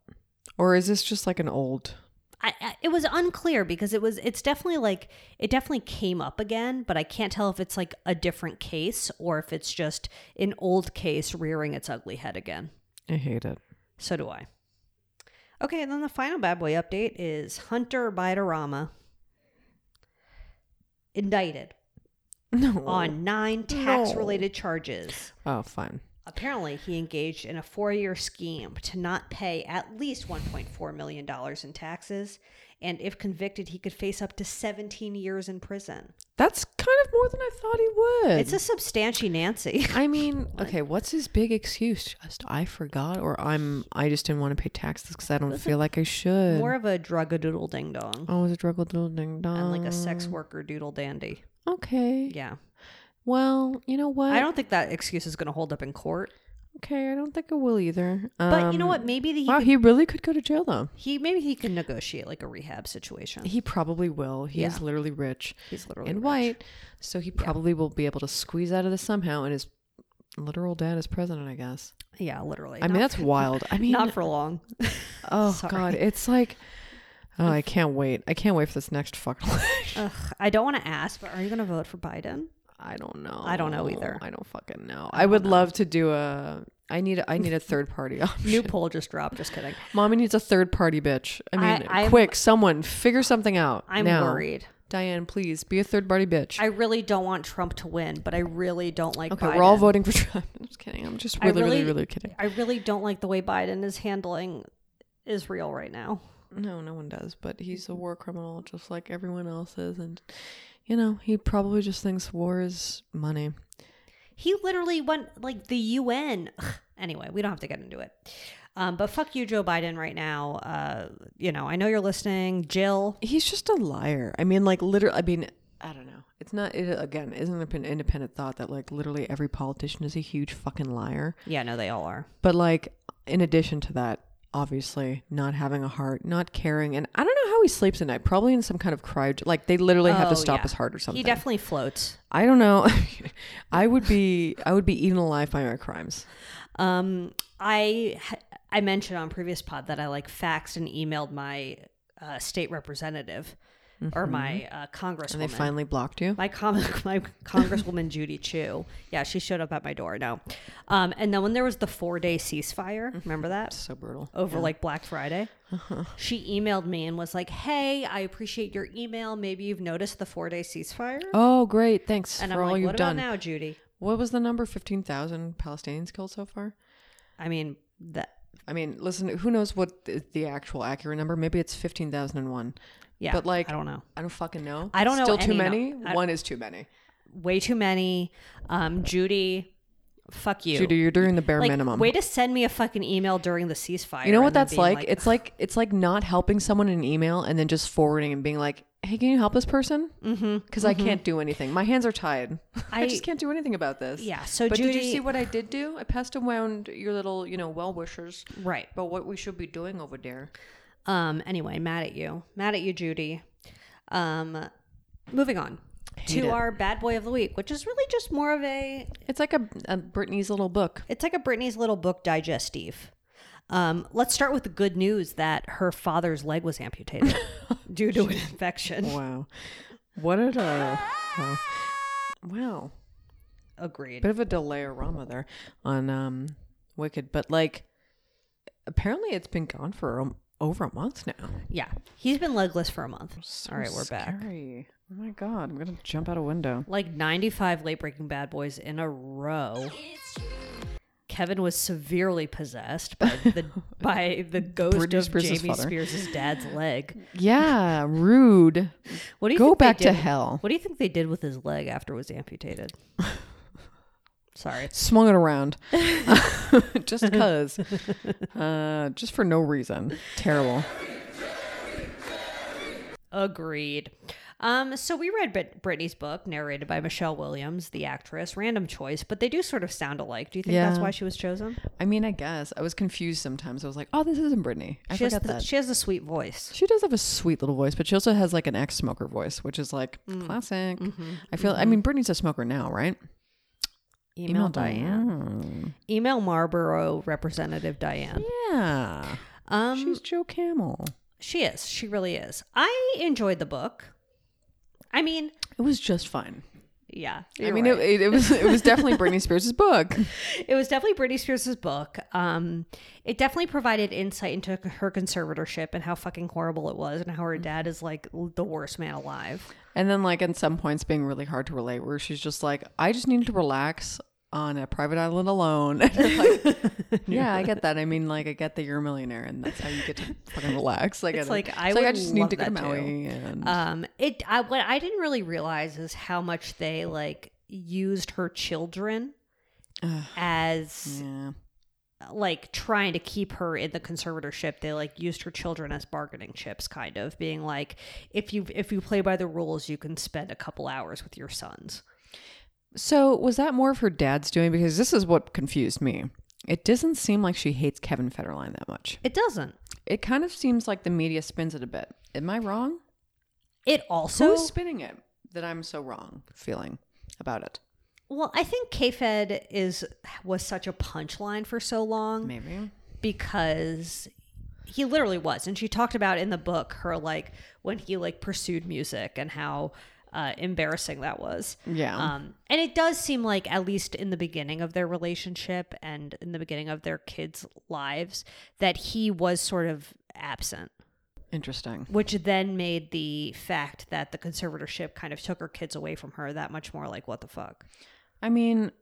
S3: Or is this just like an old?
S2: I, I, it was unclear because it was it's definitely like it definitely came up again, but I can't tell if it's like a different case or if it's just an old case rearing its ugly head again.
S3: I hate it.
S2: So do I. Okay, and then the final bad boy update is Hunter Bidorama indicted
S3: No.
S2: on nine tax related charges.
S3: Oh, fine.
S2: Apparently, he engaged in a four year scheme to not pay at least $1.4 million in taxes. And if convicted, he could face up to 17 years in prison.
S3: That's kind of more than I thought he would.
S2: It's a substantial Nancy.
S3: I mean, okay, what's his big excuse? Just I forgot, or I'm I just didn't want to pay taxes because I don't feel like I should.
S2: More of a drugadoodle ding dong
S3: I was a drug little ding dong.
S2: and like a sex worker doodle dandy.
S3: Okay.
S2: Yeah.
S3: Well, you know what?
S2: I don't think that excuse is going to hold up in court.
S3: Okay, I don't think it will either.
S2: But you know
S3: Um,
S2: what? Maybe the, he,
S3: Wow,
S2: could-
S3: he really could go to jail though.
S2: he maybe he can negotiate like a rehab situation.
S3: He probably will. He is
S2: Yeah.
S3: literally rich
S2: He's literally
S3: and
S2: rich.
S3: white, so he probably will be able to squeeze out of this somehow. And his literal dad is president, I guess.
S2: Yeah, literally.
S3: I mean,
S2: Not-
S3: that's wild. I mean,
S2: not for long.
S3: oh
S2: Sorry.
S3: god, it's like. Oh, I can't wait. I can't wait for this next fucking election.
S2: Ugh, I don't want to ask, but are you going to vote for Biden?
S3: I don't know.
S2: I don't know either.
S3: I don't fucking know. I, would love to do a. I need. A, I need a third party option.
S2: New poll just dropped. Just kidding.
S3: Mommy needs a third party bitch. I mean,
S2: I- I'm-
S3: quick, someone figure something out.
S2: I'm
S3: now.
S2: worried.
S3: Diane, please be a third party bitch.
S2: I really don't want Trump to win, but I really don't like.
S3: okay,
S2: Biden.
S3: we're all voting for Trump. I'm just kidding. I'm just
S2: I
S3: really, really,
S2: really-
S3: really, kidding.
S2: I really don't like the way Biden is handling Israel right now.
S3: No, no one does. But he's a war criminal, just like everyone else is, and you know he probably just thinks war is money.
S2: He literally went like the UN. Ugh, Anyway, we don't have to get into it. Um, but fuck you, Joe Biden, right now. Uh, you know, I know you're listening, Jill.
S3: He's just a liar. I mean, like literally. I mean, I don't know. It's not. It again isn't an independent thought that like literally every politician is a huge fucking liar.
S2: Yeah, no, they all are.
S3: But like, in addition to that, obviously not having a heart, not caring, and I don't know how he sleeps at night. Probably in some kind of cryo. Like they literally have to
S2: Oh,
S3: stop
S2: yeah.
S3: his heart or something.
S2: He definitely floats.
S3: I don't know. I would be. I would be eaten alive by my crimes.
S2: Um, I I mentioned on previous pod that I like faxed and emailed my uh, state representative or my uh, congresswoman.
S3: Mm-hmm. And they finally blocked you.
S2: my com- my congresswoman Judy Chu. Yeah, she showed up at my door. No, um, and then when there was the four day ceasefire,
S3: Mm-hmm.
S2: remember that
S3: So brutal.
S2: over like Black Friday.
S3: Uh-huh.
S2: She emailed me and was like, "Hey, I appreciate your email. Maybe you've noticed the four day ceasefire."
S3: Oh, great! Thanks
S2: and
S3: for
S2: I'm
S3: all
S2: like,
S3: you've
S2: "What
S3: done.
S2: about now, Judy?"
S3: What was the number? Fifteen thousand Palestinians killed so far.
S2: I mean that.
S3: I mean, listen. Who knows what is the actual accurate number? Maybe it's fifteen thousand and one.
S2: Yeah,
S3: But like,
S2: I don't know.
S3: I don't fucking know.
S2: I don't know
S3: Still
S2: any
S3: too
S2: nu-
S3: many.
S2: I-
S3: One is too many.
S2: Way too many. Um, Judy, fuck you.
S3: Judy, you're doing the bare
S2: like,
S3: minimum.
S2: way to send me a fucking email during the ceasefire.
S3: you know what
S2: and then
S3: that's
S2: being
S3: like? It's like it's like not helping someone in an email and then just forwarding and being like, "Hey, can you help this person?" Because mm-hmm, I can't do anything. My hands are tied. I,
S2: I-
S3: just can't do anything about this.
S2: Yeah, so
S3: but did
S2: Judy-
S3: you see what I did do? I passed around your little, you know, well wishers
S2: right.
S3: about what we should be doing over there.
S2: Um. Anyway, mad at you. Mad at you, Judy. Um. Moving on to
S3: it.
S2: our bad boy of the week, which is really just more of a.
S3: It's like a, a Britney's little book.
S2: It's like a Britney's little book digestive. Um, let's start with the good news that her father's leg was amputated due to an infection.
S3: Wow, what a wow. wow.
S2: Agreed.
S3: bit of a delayerama there on um wicked but like apparently it's been gone for um over a month now
S2: Yeah, he's been legless for a month. All right, we're back.
S3: Scary. Oh my god, I'm gonna jump out a window.
S2: Like 95 late breaking bad boys in a row. Kevin was severely possessed by the by the ghost
S3: Britney
S2: of
S3: Spears'
S2: Jamie
S3: father.
S2: Spears' dad's leg.
S3: Yeah, rude.
S2: What do you
S3: Go
S2: think they
S3: back to
S2: did-
S3: hell.
S2: What do you think they did with his leg after it was amputated? Sorry.
S3: Swung it around. just cuz. Uh, just for no reason. Terrible.
S2: Agreed. Um, so we read Brit- Brittany's book, narrated by Michelle Williams, the actress. Random choice, but they do sort of sound alike. Do you think that's
S3: Yeah.
S2: why she was chosen?
S3: I mean, I guess. I was confused sometimes. I was like, oh, this isn't Brittany. I
S2: she has
S3: forgot
S2: the,
S3: that.
S2: she has a sweet voice.
S3: She does have a sweet little voice, but she also has like an ex smoker voice, which is like
S2: Mm.
S3: classic.
S2: Mm-hmm.
S3: I feel, I mean, Brittany's a smoker now, right?
S2: Email, Diane. Email Marlboro representative Diane.
S3: Yeah.
S2: Um,
S3: She's Joe Camel.
S2: she is. She really is. I enjoyed the book. I mean,
S3: It was just fine.
S2: yeah.
S3: I
S2: you're
S3: mean,
S2: right.
S3: it, it, it was it was definitely Britney Spears' book.
S2: it was definitely Britney Spears' book. Um, it definitely provided insight into her conservatorship and how fucking horrible it was, and how her dad is like l- the worst man alive.
S3: And then, like, at some points, being really hard to relate, where she's just like, I just needed to relax on a private island alone. And you're like, yeah, I get that. I mean, like, I get that you're a millionaire and that's how you get to fucking relax. Like,
S2: It's
S3: I
S2: like,
S3: don't-
S2: I
S3: it's
S2: would love
S3: go
S2: that too.
S3: And,
S2: Um, it I, what I didn't really realize is how much they like used her children
S3: Ugh.
S2: as
S3: yeah.
S2: like trying to keep her in the conservatorship they like used her children as bargaining chips kind of being like if you if you play by the rules you can spend a couple hours with your sons
S3: So was that more of her dad's doing? Because this is what confused me. It doesn't seem like she hates Kevin Federline that much.
S2: it doesn't
S3: It kind of seems like the media spins it a bit. Am I wrong?
S2: it also
S3: Who's spinning it that I'm so wrong feeling about it?
S2: Well, I think K-Fed is was such a punchline for so long
S3: Maybe.
S2: because he literally was, and she talked about in the book her like when he like pursued music and how uh, embarrassing that was.
S3: Yeah.
S2: Um, and it does seem like at least in the beginning of their relationship and in the beginning of their kids' lives that he was sort of absent
S3: Interesting.
S2: which then made the fact that the conservatorship kind of took her kids away from her that much more like what the fuck
S3: I mean,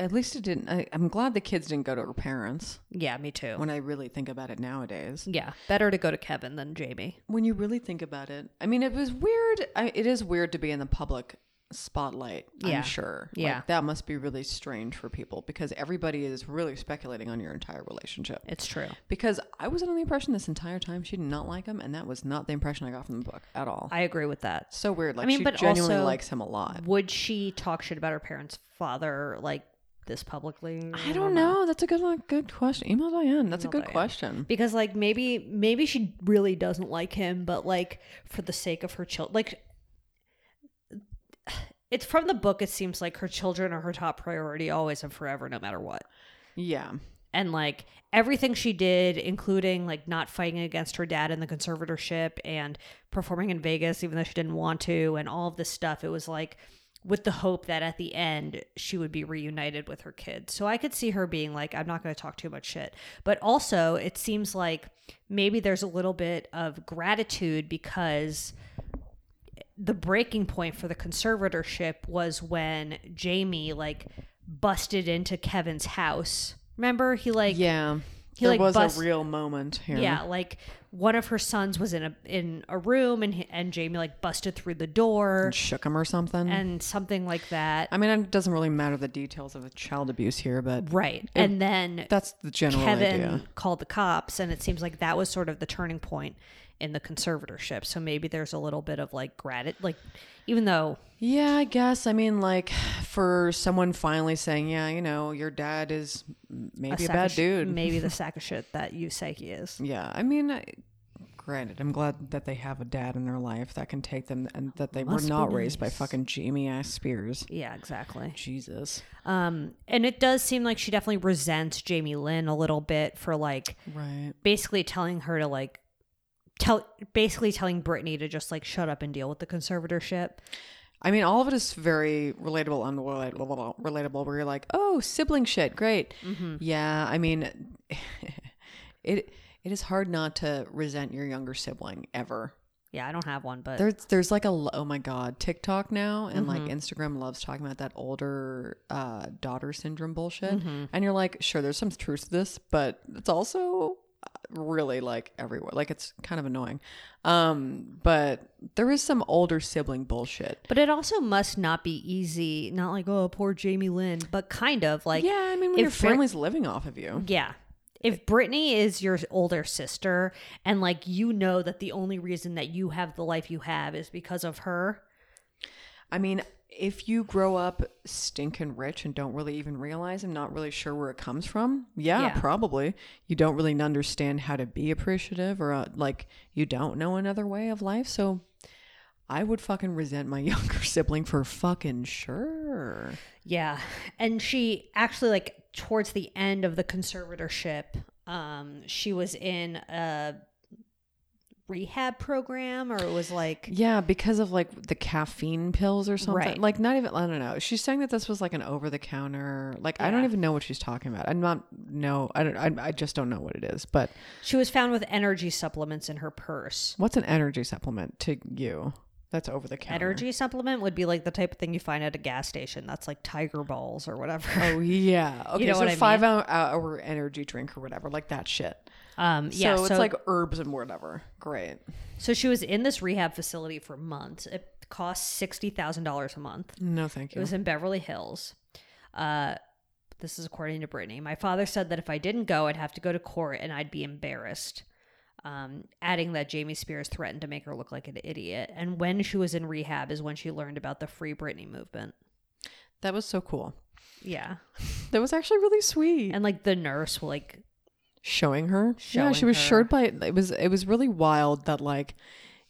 S3: at least it didn't. I, I'm glad the kids didn't go to her parents.
S2: yeah me too
S3: When I really think about it nowadays,
S2: Yeah, better to go to Kevin than Jamie.
S3: when you really think about it, I mean, it was weird. I, it is weird to be in the public spotlight.
S2: Yeah.
S3: I'm sure.
S2: Yeah.
S3: like, that must be really strange for people because everybody is really speculating on your entire relationship.
S2: It's true.
S3: because I was under the impression this entire time she did not like him, and that was not the impression I got from the book at all.
S2: I agree with that.
S3: so weird. Like
S2: mean,
S3: she
S2: but
S3: genuinely
S2: also-
S3: likes him a lot.
S2: Would she talk shit about her parents' father like this publicly?
S3: I don't know. That's a good one. Good question. Email Diane. That's a good question.
S2: Because like maybe maybe she really doesn't like him, but like for the sake of her child, like it's from the book. It seems like her children are her top priority always and forever, no matter what.
S3: Yeah.
S2: and like everything she did including like not fighting against her dad in the conservatorship and performing in Vegas even though she didn't want to and all of this stuff it was like with the hope that at the end she would be reunited with her kids so i could see her being like i'm not going to talk too much shit but also it seems like maybe there's a little bit of gratitude because the breaking point for the conservatorship was when Jamie like busted into Kevin's house. Remember, he like
S3: Yeah.
S2: he,
S3: there
S2: like,
S3: was
S2: bust-
S3: a real moment here.
S2: yeah, like one of her sons was in a in a room and he- and Jamie like busted through the door
S3: And shook him or something.
S2: and something like that.
S3: I mean, it doesn't really matter the details of child abuse here, but
S2: right. And then
S3: that's the general
S2: Kevin
S3: idea.
S2: called the cops and it seems like that was sort of the turning point in the conservatorship. So maybe there's a little bit of like gratitude like even though
S3: Yeah, I guess. I mean, like, for someone finally saying, yeah, you know, your dad is maybe a,
S2: sack of
S3: bad
S2: sh-
S3: dude. Mm.
S2: maybe the sack of shit that you say he is.
S3: Yeah. I mean, I, granted, I'm glad that they have a dad in their life that can take them and that they
S2: Must be
S3: were not raised by
S2: nice.
S3: fucking Jamie ass Spears.
S2: Yeah, exactly.
S3: Jesus.
S2: Um, and it does seem like she definitely resents Jamie Lynn a little bit for like
S3: Right.
S2: basically telling her to like tell basically telling Brittany to just like shut up and deal with the conservatorship.
S3: I mean, all of it is very relatable and relatable, relatable where you're like, oh, sibling shit, great. Yeah, I mean, it it is hard not to resent your younger sibling ever.
S2: Yeah, I don't have one, but
S3: There's there's like a lo- oh my god TikTok now and like Instagram loves talking about that older uh, daughter syndrome bullshit and you're like sure there's some truth to this but it's also uh, really like everywhere like it's kind of annoying um but there is some older sibling bullshit
S2: but it also must not be easy. Not like oh poor Jamie Lynn, but kind of like
S3: yeah I mean when
S2: if
S3: your
S2: Brit-
S3: family's living off of you
S2: Yeah. If Brittany is your older sister and like you know that the only reason that you have the life you have is because of her,
S3: I mean, if you grow up stinking rich and don't really even realize and not really sure where it comes from, yeah,
S2: Yeah.
S3: probably. You don't really understand how to be appreciative or uh, like you don't know another way of life. So I would fucking resent my younger sibling for fucking sure.
S2: yeah. And she actually like towards the end of the conservatorship, um she was in a rehab program or it was like
S3: Yeah, because of like the caffeine pills or something.
S2: Right.
S3: Like not even I don't know. She's saying that this was like an over the counter. Like I don't even know what she's talking about. I'm not no. I don't. I, I just don't know what it is. But
S2: she was found with energy supplements in her purse.
S3: What's an energy supplement to you? That's over the counter.
S2: Energy supplement would be like the type of thing you find at a gas station. That's like tiger balls or whatever.
S3: Oh yeah. Okay,
S2: know
S3: so
S2: what I mean.
S3: five hour, hour energy drink or whatever, like that shit.
S2: Um
S3: So
S2: yeah,
S3: it's like herbs and whatever. Great.
S2: So she was in this rehab facility for months. It cost sixty thousand dollars a month.
S3: No, thank
S2: It
S3: you.
S2: was in Beverly Hills. Uh, this is according to Brittany. My father said that if I didn't go, I'd have to go to court and I'd be embarrassed. Um, adding that Jamie Spears threatened to make her look like an idiot. And when she was in rehab is when she learned about the Free Britney movement.
S3: that was so cool.
S2: Yeah,
S3: That was actually really sweet.
S2: and like the nurse, like
S3: showing her. yeah, she
S2: Showing
S3: was
S2: her.
S3: showed by it was it was really wild that like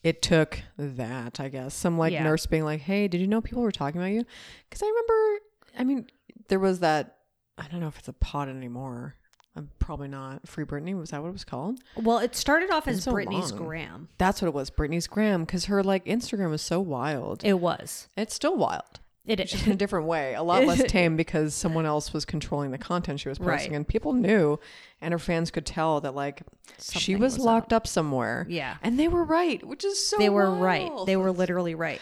S3: it took that, I guess. Some like
S2: Yeah.
S3: nurse being like, "Hey, did you know people were talking about you?" Cuz I remember I mean, there was that I don't know if it's a pod anymore. I'm probably not. Free Britney, was that what it was called?
S2: well, it started off as
S3: so
S2: Britney's
S3: long.
S2: Graham.
S3: That's what it was, Britney's Graham, cuz her like Instagram was so wild.
S2: It was.
S3: it's still wild.
S2: It
S3: It's just in a different way, a lot less tame because someone else was controlling the content she was posting,
S2: Right.
S3: and people knew, and her fans could tell that like she
S2: Something
S3: was,
S2: was
S3: locked up somewhere.
S2: Yeah.
S3: and they were right, which is so
S2: they were right.
S3: wild.
S2: They were literally right.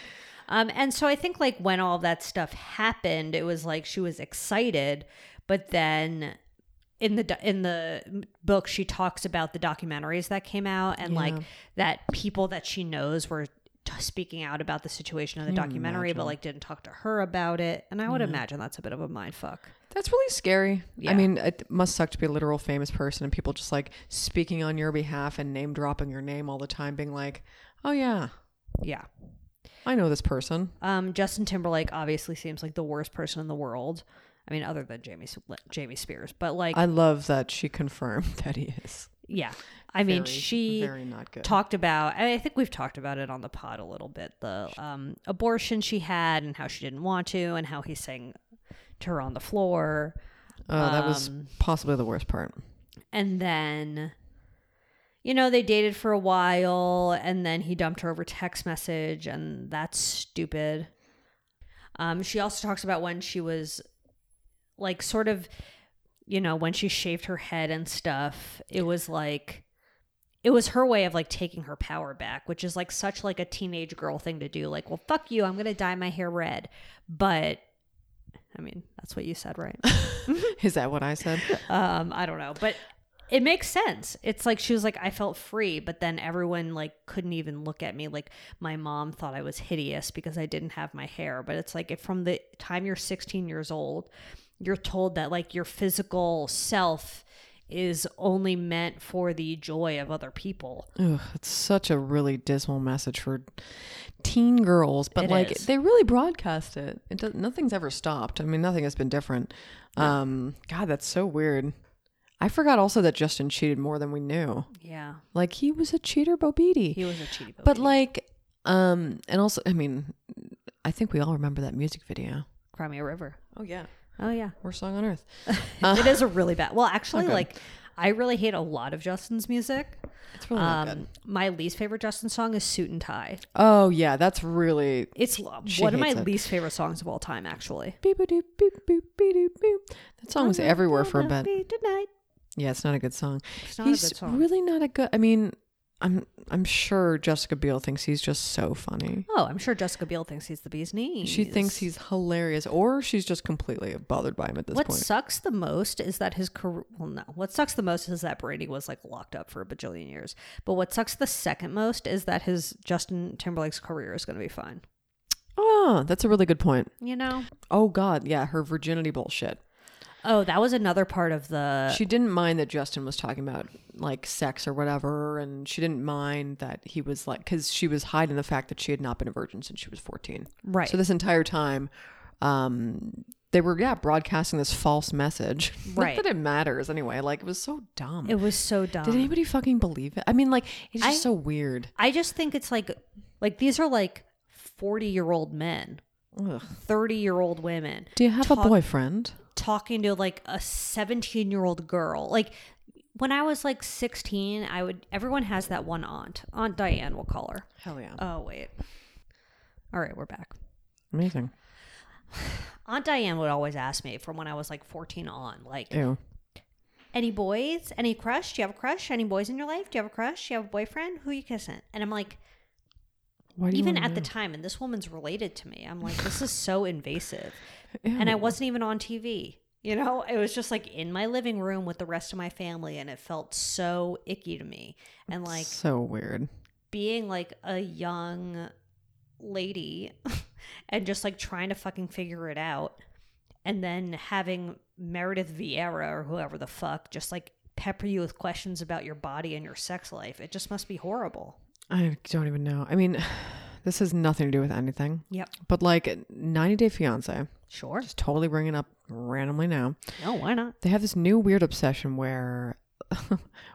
S2: Um, and so I think like when all that stuff happened, it was like she was excited, but then in the do- in the book she talks about the documentaries that came out and like that people that she knows were t- speaking out about the situation in the documentary, but like didn't talk to her about it. And I would imagine that's a bit of a mind fuck.
S3: That's really scary. I
S2: Yeah.
S3: mean, it must suck to be a literal famous person and people just like speaking on your behalf and name dropping your name all the time, being like, "Oh yeah,
S2: Yeah.
S3: I know this person."
S2: Um, Justin Timberlake obviously seems like the worst person in the world. I mean, other than Jamie S- Jamie Spears, but like,
S3: I love that she confirmed that he is.
S2: yeah. I mean,
S3: Very,
S2: she
S3: very not good.
S2: talked about and i think we've talked about it on the pod a little bit the um, abortion she had and how she didn't want to and how he sang to her on the floor
S3: Oh, that was
S2: um,
S3: possibly the worst part.
S2: and then you know they dated for a while and then he dumped her over text message and that's stupid um, she also talks about when she was like sort of you know when she shaved her head and stuff it was like it was her way of like taking her power back which is like such like a teenage girl thing to do like well fuck you i'm gonna dye my hair red but i mean that's what you said right
S3: Is that what I said?
S2: um i don't know but it makes sense it's like she was like i felt free but then everyone like couldn't even look at me like my mom thought i was hideous because i didn't have my hair but it's like if from the time you're 16 years old you're told that like your physical self is only meant for the joy of other people
S3: Ugh, it's such a really dismal message for teen girls, but
S2: It
S3: like
S2: is.
S3: they really broadcast it. It does, nothing's ever stopped. I mean, nothing has been different. Um, God, that's so weird. I forgot also that Justin cheated more than we knew.
S2: yeah
S3: Like he was a cheater, Bobidi.
S2: he was a cheaty
S3: but like, um, and also, I mean, I think we all remember that music video.
S2: cry me a river
S3: Oh yeah,
S2: oh yeah
S3: worst song on earth.
S2: it is a really bad well actually
S3: Okay.
S2: like i really hate a lot of justin's music
S3: It's really not good.
S2: Um, my least favorite Justin song is "Suit and Tie."
S3: Oh yeah, that's really
S2: It's
S3: she
S2: one of my
S3: hates it.
S2: least favorite songs of all time, actually.
S3: beep doop beep boop beep doop boop. That song was everywhere for a bit.
S2: Be tonight.
S3: Yeah, it's not a good song.
S2: It's not a
S3: He's
S2: good song.
S3: really not a good. I mean, I'm I'm sure Jessica Biel thinks he's just so funny.
S2: Oh, I'm sure Jessica Biel thinks he's the bee's knees.
S3: She thinks he's hilarious, or she's just completely bothered by him at this
S2: What
S3: point.
S2: sucks the most is that his career. Well, no. What sucks the most is that Brady was like locked up for a bajillion years. But what sucks the second most is that his Justin Timberlake's career is going to be fine.
S3: Oh, that's a really good point.
S2: You know?
S3: Oh God, yeah, her virginity bullshit.
S2: Oh, that was another part of the.
S3: she didn't mind that Justin was talking about like sex or whatever, and she didn't mind that he was like because she was hiding the fact that she had not been a virgin since she was fourteen.
S2: Right.
S3: So this entire time, um, they were yeah broadcasting this false message.
S2: Right.
S3: Not that it matters anyway. Like it was so dumb.
S2: it was so dumb.
S3: Did anybody fucking believe it? I mean, like it's just
S2: I-
S3: so weird.
S2: I just think it's like, like these are like forty year old men,
S3: Ugh.
S2: thirty year old women.
S3: Do you have
S2: talk-
S3: a boyfriend?
S2: talking to like a 17 year old girl like when i was like 16 i would everyone has that one aunt aunt diane we'll call her
S3: Hell yeah,
S2: oh wait all right we're back
S3: amazing.
S2: aunt diane would always ask me from when i was like 14 on like
S3: Ew.
S2: any boys any crush do you have a crush any boys in your life do you have a crush do you have a boyfriend who you kissing and i'm like
S3: Why do you
S2: even
S3: wanna
S2: at the
S3: know?
S2: time and this woman's related to me i'm like this is so invasive and I
S3: Ew.
S2: wasn't even on TV. You know, it was just like in my living room with the rest of my family, and it felt so icky to me. And like
S3: so weird.
S2: being like a young lady and just like trying to fucking figure it out, and then having Meredith Vieira or whoever the fuck just like pepper you with questions about your body and your sex life. It just must be horrible.
S3: I don't even know. I mean, this has nothing to do with anything.
S2: Yep.
S3: But like 90 Day Fiance,
S2: Sure.
S3: just totally bringing up randomly now.
S2: No, why not?
S3: They have this new weird obsession where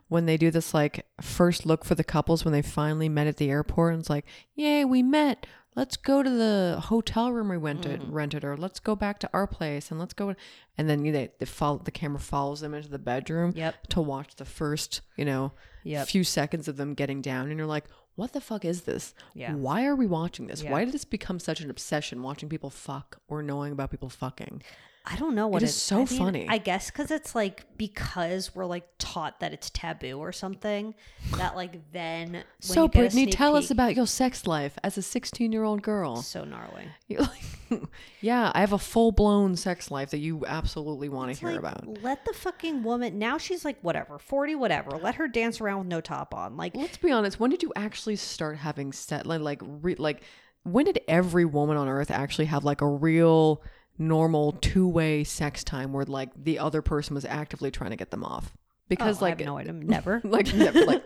S3: when they do this like first look for the couples when they finally met at the airport and it's like, "Yay, we met. Let's go to the hotel room we went to
S2: Mm-hmm.
S3: rented or let's go back to our place and let's go and then you know, they, they follow the camera follows them into the bedroom
S2: Yep.
S3: to watch the first, you know,
S2: Yep.
S3: few seconds of them getting down and you're like what the fuck is this
S2: Yeah.
S3: why are we watching this
S2: Yeah.
S3: why did this become such an obsession watching people fuck or knowing about people fucking
S2: I don't know what
S3: It is so
S2: I
S3: funny.
S2: I guess because it's like because we're like taught that it's taboo or something that like then. When
S3: so
S2: you get a
S3: brittany
S2: sneak
S3: tell us
S2: peek-
S3: about your sex life as a 16 year old girl
S2: So gnarly.
S3: You're like, yeah i have a full-blown sex life that you absolutely want to
S2: It's
S3: hear
S2: like,
S3: about
S2: Let the fucking woman. Now she's like whatever, forty, whatever. Let her dance around with no top on. Like
S3: let's be honest when did you actually start having set like like, re- like when did every woman on earth actually have like a real normal two-way sex time where like the other person was actively trying to get them off because
S2: oh, I
S3: like
S2: have no idea. Never.
S3: like, never, like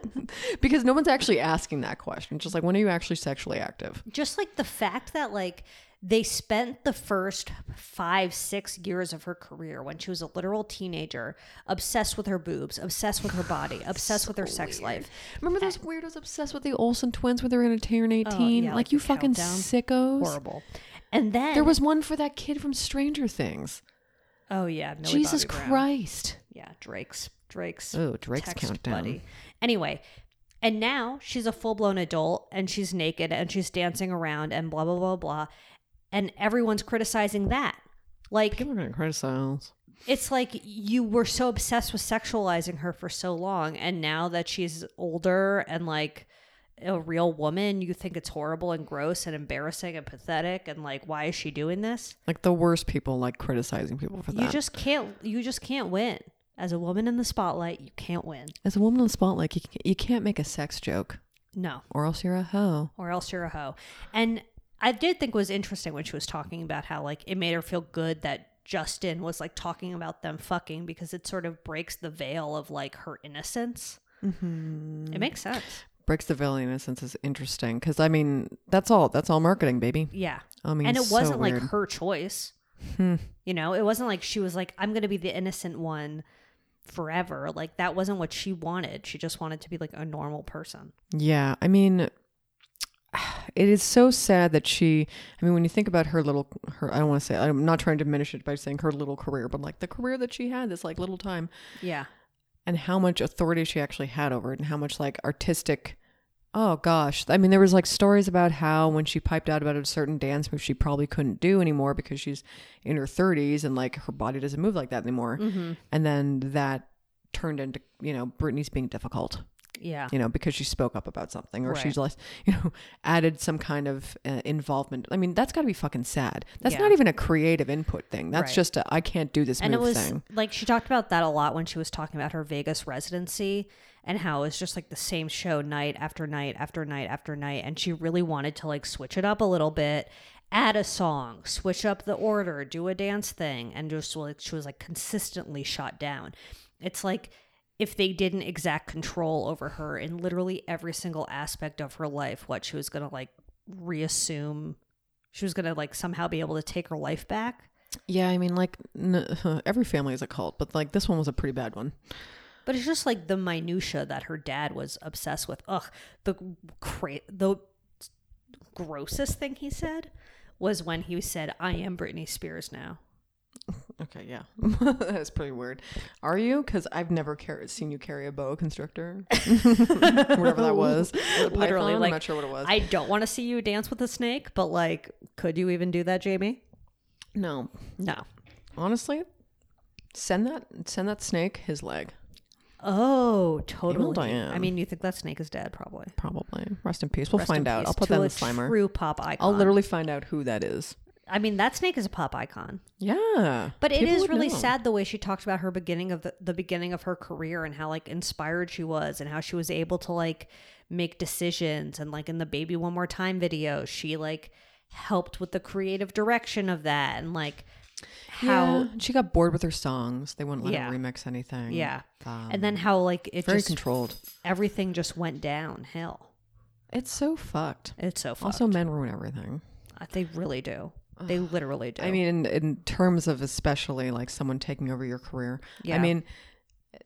S3: because no one's actually asking that question just like when are you actually sexually active
S2: just like the fact that like they spent the first five six years of her career when she was a literal teenager obsessed with her boobs obsessed with her body obsessed with her sex life
S3: remember those weirdos obsessed with the olsen twins when they were in a turn 18
S2: Oh, yeah,
S3: like,
S2: like
S3: you
S2: the
S3: fucking
S2: countdown.
S3: sickos
S2: horrible and then
S3: there was one for that kid from stranger things
S2: Oh yeah, Millie
S3: jesus
S2: Bobby Brown.
S3: christ
S2: Yeah, Drake's Drake's.
S3: Oh, Drake's
S2: text
S3: countdown.
S2: Anyway, and now she's a full blown adult and she's naked and she's dancing around and blah blah blah blah, and everyone's criticizing that. Like
S3: people are gonna criticize
S2: it's like you were so obsessed with sexualizing her for so long, and now that she's older and like a real woman, you think it's horrible and gross and embarrassing and pathetic and like why is she doing this?
S3: Like the worst people like criticizing people for that.
S2: You just can't. You just can't win as a woman in the spotlight. You can't win.
S3: As a woman in the spotlight, you, c- you can't make a sex joke
S2: No,
S3: or else you're a hoe.
S2: or else you're a hoe. And I did think it was interesting when she was talking about how like it made her feel good that Justin was like talking about them fucking because it sort of breaks the veil of like her innocence.
S3: Mm-hmm.
S2: It makes sense.
S3: Breaks the veil of innocence is interesting because I mean that's all that's all marketing, baby.
S2: Yeah.
S3: I mean,
S2: and it
S3: so
S2: wasn't
S3: weird. Hmm.
S2: like her choice. You know, it wasn't like she was like, I'm going to be the innocent one forever. Like, that wasn't what she wanted. She just wanted to be like a normal person.
S3: Yeah, I mean, it is so sad that she. I mean, when you think about her little, her I don't want to say I'm not trying to diminish it by saying her little career, but like the career that she had this like little time
S2: Yeah.
S3: and how much authority she actually had over it and how much like artistic oh gosh i mean there was like stories about how when she piped out about a certain dance move she probably couldn't do anymore because she's in her 30s and like her body doesn't move like that anymore and then that turned into you know britney's being difficult
S2: Yeah.
S3: you know, because she spoke up about something or
S2: Right.
S3: she's less, you know, added some kind of uh, involvement. I mean, that's got to be fucking sad. That's
S2: Yeah.
S3: not even a creative input thing. That's
S2: Right.
S3: just a I can't do this
S2: and it
S3: move
S2: was
S3: thing.
S2: like she talked about that a lot when she was talking about her Vegas residency and how it's just like the same show night after night after night after night and she really wanted to like switch it up a little bit add a song switch up the order do a dance thing and just like she was like consistently shot down it's like if they didn't exact control over her in literally every single aspect of her life what she was going to like reassume she was going to like somehow be able to take her life back
S3: Yeah, I mean, like n- every family is a cult, but like this one was a pretty bad one.
S2: But it's just like the minutia that her dad was obsessed with. Ugh, the cra- the grossest thing he said was when he said, "I am Britney Spears now."
S3: Okay, yeah, that's pretty weird. Are you? Because I've never car- seen you carry a boa constrictor, whatever that was. Or a python,
S2: Literally, like
S3: I'm not sure what it was.
S2: I don't want to see you dance with a snake, but like, could you even do that, Jamie?
S3: no,
S2: No.
S3: honestly, send that send that snake his leg.
S2: Oh, totally.
S3: Diane.
S2: I mean, you think that snake is dead? Probably.
S3: Probably. Rest in peace. We'll
S2: Rest
S3: find
S2: in
S3: out.
S2: peace
S3: I'll put
S2: to
S3: that in
S2: a
S3: the slimer.
S2: True pop icon.
S3: I'll literally find out who that is.
S2: I mean, that snake is a pop icon.
S3: Yeah.
S2: But it
S3: People
S2: is
S3: would
S2: really
S3: know.
S2: sad the way she talked about her beginning of the, the beginning of her career and how like inspired she was and how she was able to like make decisions and like in the baby one more time video she like helped with the creative direction of that and like how
S3: Yeah. She got bored with her songs. They wouldn't let
S2: Yeah.
S3: her remix anything.
S2: yeah,
S3: Um,
S2: and then how like it
S3: very
S2: just
S3: controlled.
S2: everything just went downhill.
S3: It's so fucked.
S2: It's so fucked.
S3: Also, men ruin everything.
S2: Uh, they really do. They literally do.
S3: I mean, in, in terms of especially like someone taking over your career.
S2: Yeah.
S3: I mean,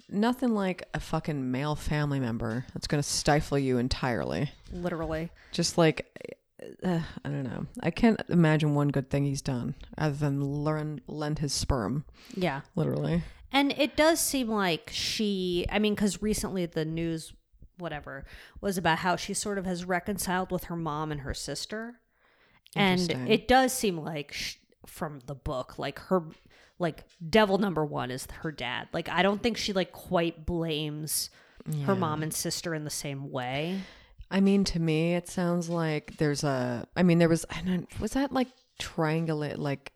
S3: nothing like a fucking male family member that's going to stifle you entirely.
S2: literally.
S3: just like uh, I don't know. I can't imagine one good thing he's done other than learn lend his sperm,
S2: Yeah.
S3: literally.
S2: And it does seem like she, I mean, because recently the news, whatever, was about how she sort of has reconciled with her mom and her sister. And
S3: Interesting.
S2: it does seem like sh from the book, like her, like devil number one is her dad. Like, I don't think she like quite blames her mom and sister in the same way.
S3: I mean, to me, it sounds like there's a. I mean, there was. I don't, was that like triangulate? Like,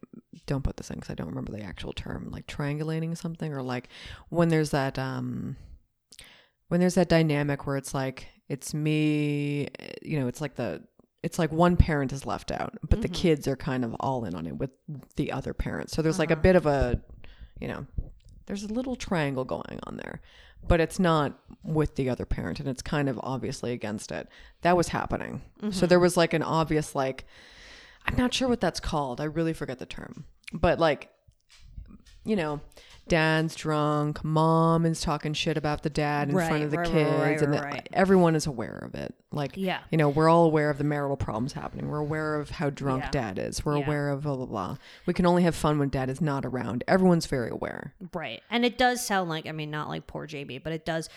S3: don't put this in because I don't remember the actual term. Like triangulating something, or like when there's that. um When there's that dynamic where it's like it's me. You know, it's like the. It's like one parent is left out, but the kids are kind of all in on it with the other parent. So there's like a bit of a, you know, there's a little triangle going on there, but it's not with the other parent and it's kind of obviously against it. That was happening. So there was like an obvious, like, I'm not sure what that's called. I really forget the term, but like, you know, dad's drunk, mom is talking shit about the dad in
S2: Right,
S3: front of the
S2: right, right,
S3: kids,
S2: right,
S3: and
S2: right,
S3: the-
S2: right.
S3: everyone is aware of it. Like,
S2: Yeah.
S3: you know, we're all aware of the marital problems happening. We're aware of how drunk
S2: Yeah.
S3: dad is. We're
S2: Yeah.
S3: aware of blah, blah, blah. We can only have fun when dad is not around. Everyone's very aware.
S2: Right. And it does sound like, I mean, not like poor JB, but it does,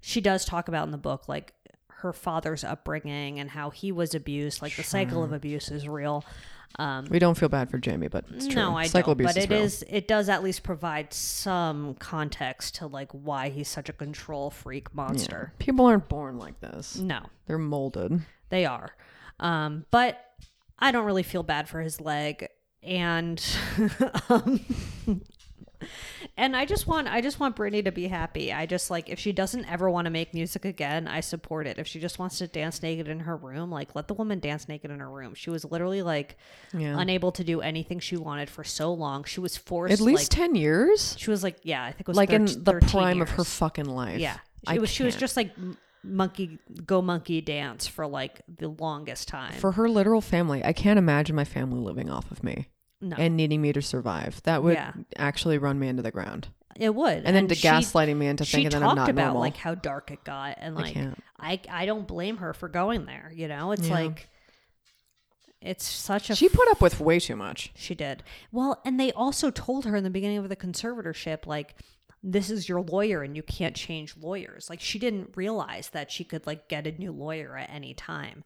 S2: she does talk about in the book, like her father's upbringing and how he was abused. Like the cycle of abuse is real. Um,
S3: We don't feel bad for Jamie, but it's true.
S2: no, I
S3: Cycle
S2: don't. But
S3: is
S2: it
S3: real.
S2: is, it does at least provide some context to like why he's such a control freak monster.
S3: People aren't born like this.
S2: No,
S3: They're molded.
S2: they are. Um, but I don't really feel bad for his leg. And, um, and I just want I just want Britney to be happy. I just like if she doesn't ever want to make music again, I support it. If she just wants to dance naked in her room, like let the woman dance naked in her room. She was literally like
S3: Yeah.
S2: unable to do anything she wanted for so long. She was forced
S3: At least
S2: like,
S3: 10 years?
S2: she was like yeah, I think it was
S3: Like in
S2: 13
S3: the
S2: 13
S3: prime of her
S2: years.
S3: fucking life.
S2: Yeah.
S3: I
S2: It was, she was
S3: can't.
S2: just like m- monkey go monkey dance for like the longest time.
S3: For her literal family, I can't imagine my family living off of me
S2: no,
S3: and needing me to survive. That would
S2: Yeah.
S3: actually run me into the ground.
S2: it would.
S3: And, then to
S2: she-
S3: gaslighting me into
S2: She
S3: thinking
S2: talked
S3: that I'm not
S2: about
S3: normal.
S2: like how dark it got, and like I,
S3: can't.
S2: I, don't blame her for going there. You know, it's
S3: Yeah.
S2: like it's such a
S3: she put up with way too much.
S2: She did. Well, and they also told her in the beginning of the conservatorship, like, this is your lawyer and you can't change lawyers. Like, she didn't realize that she could, like, get a new lawyer at any time.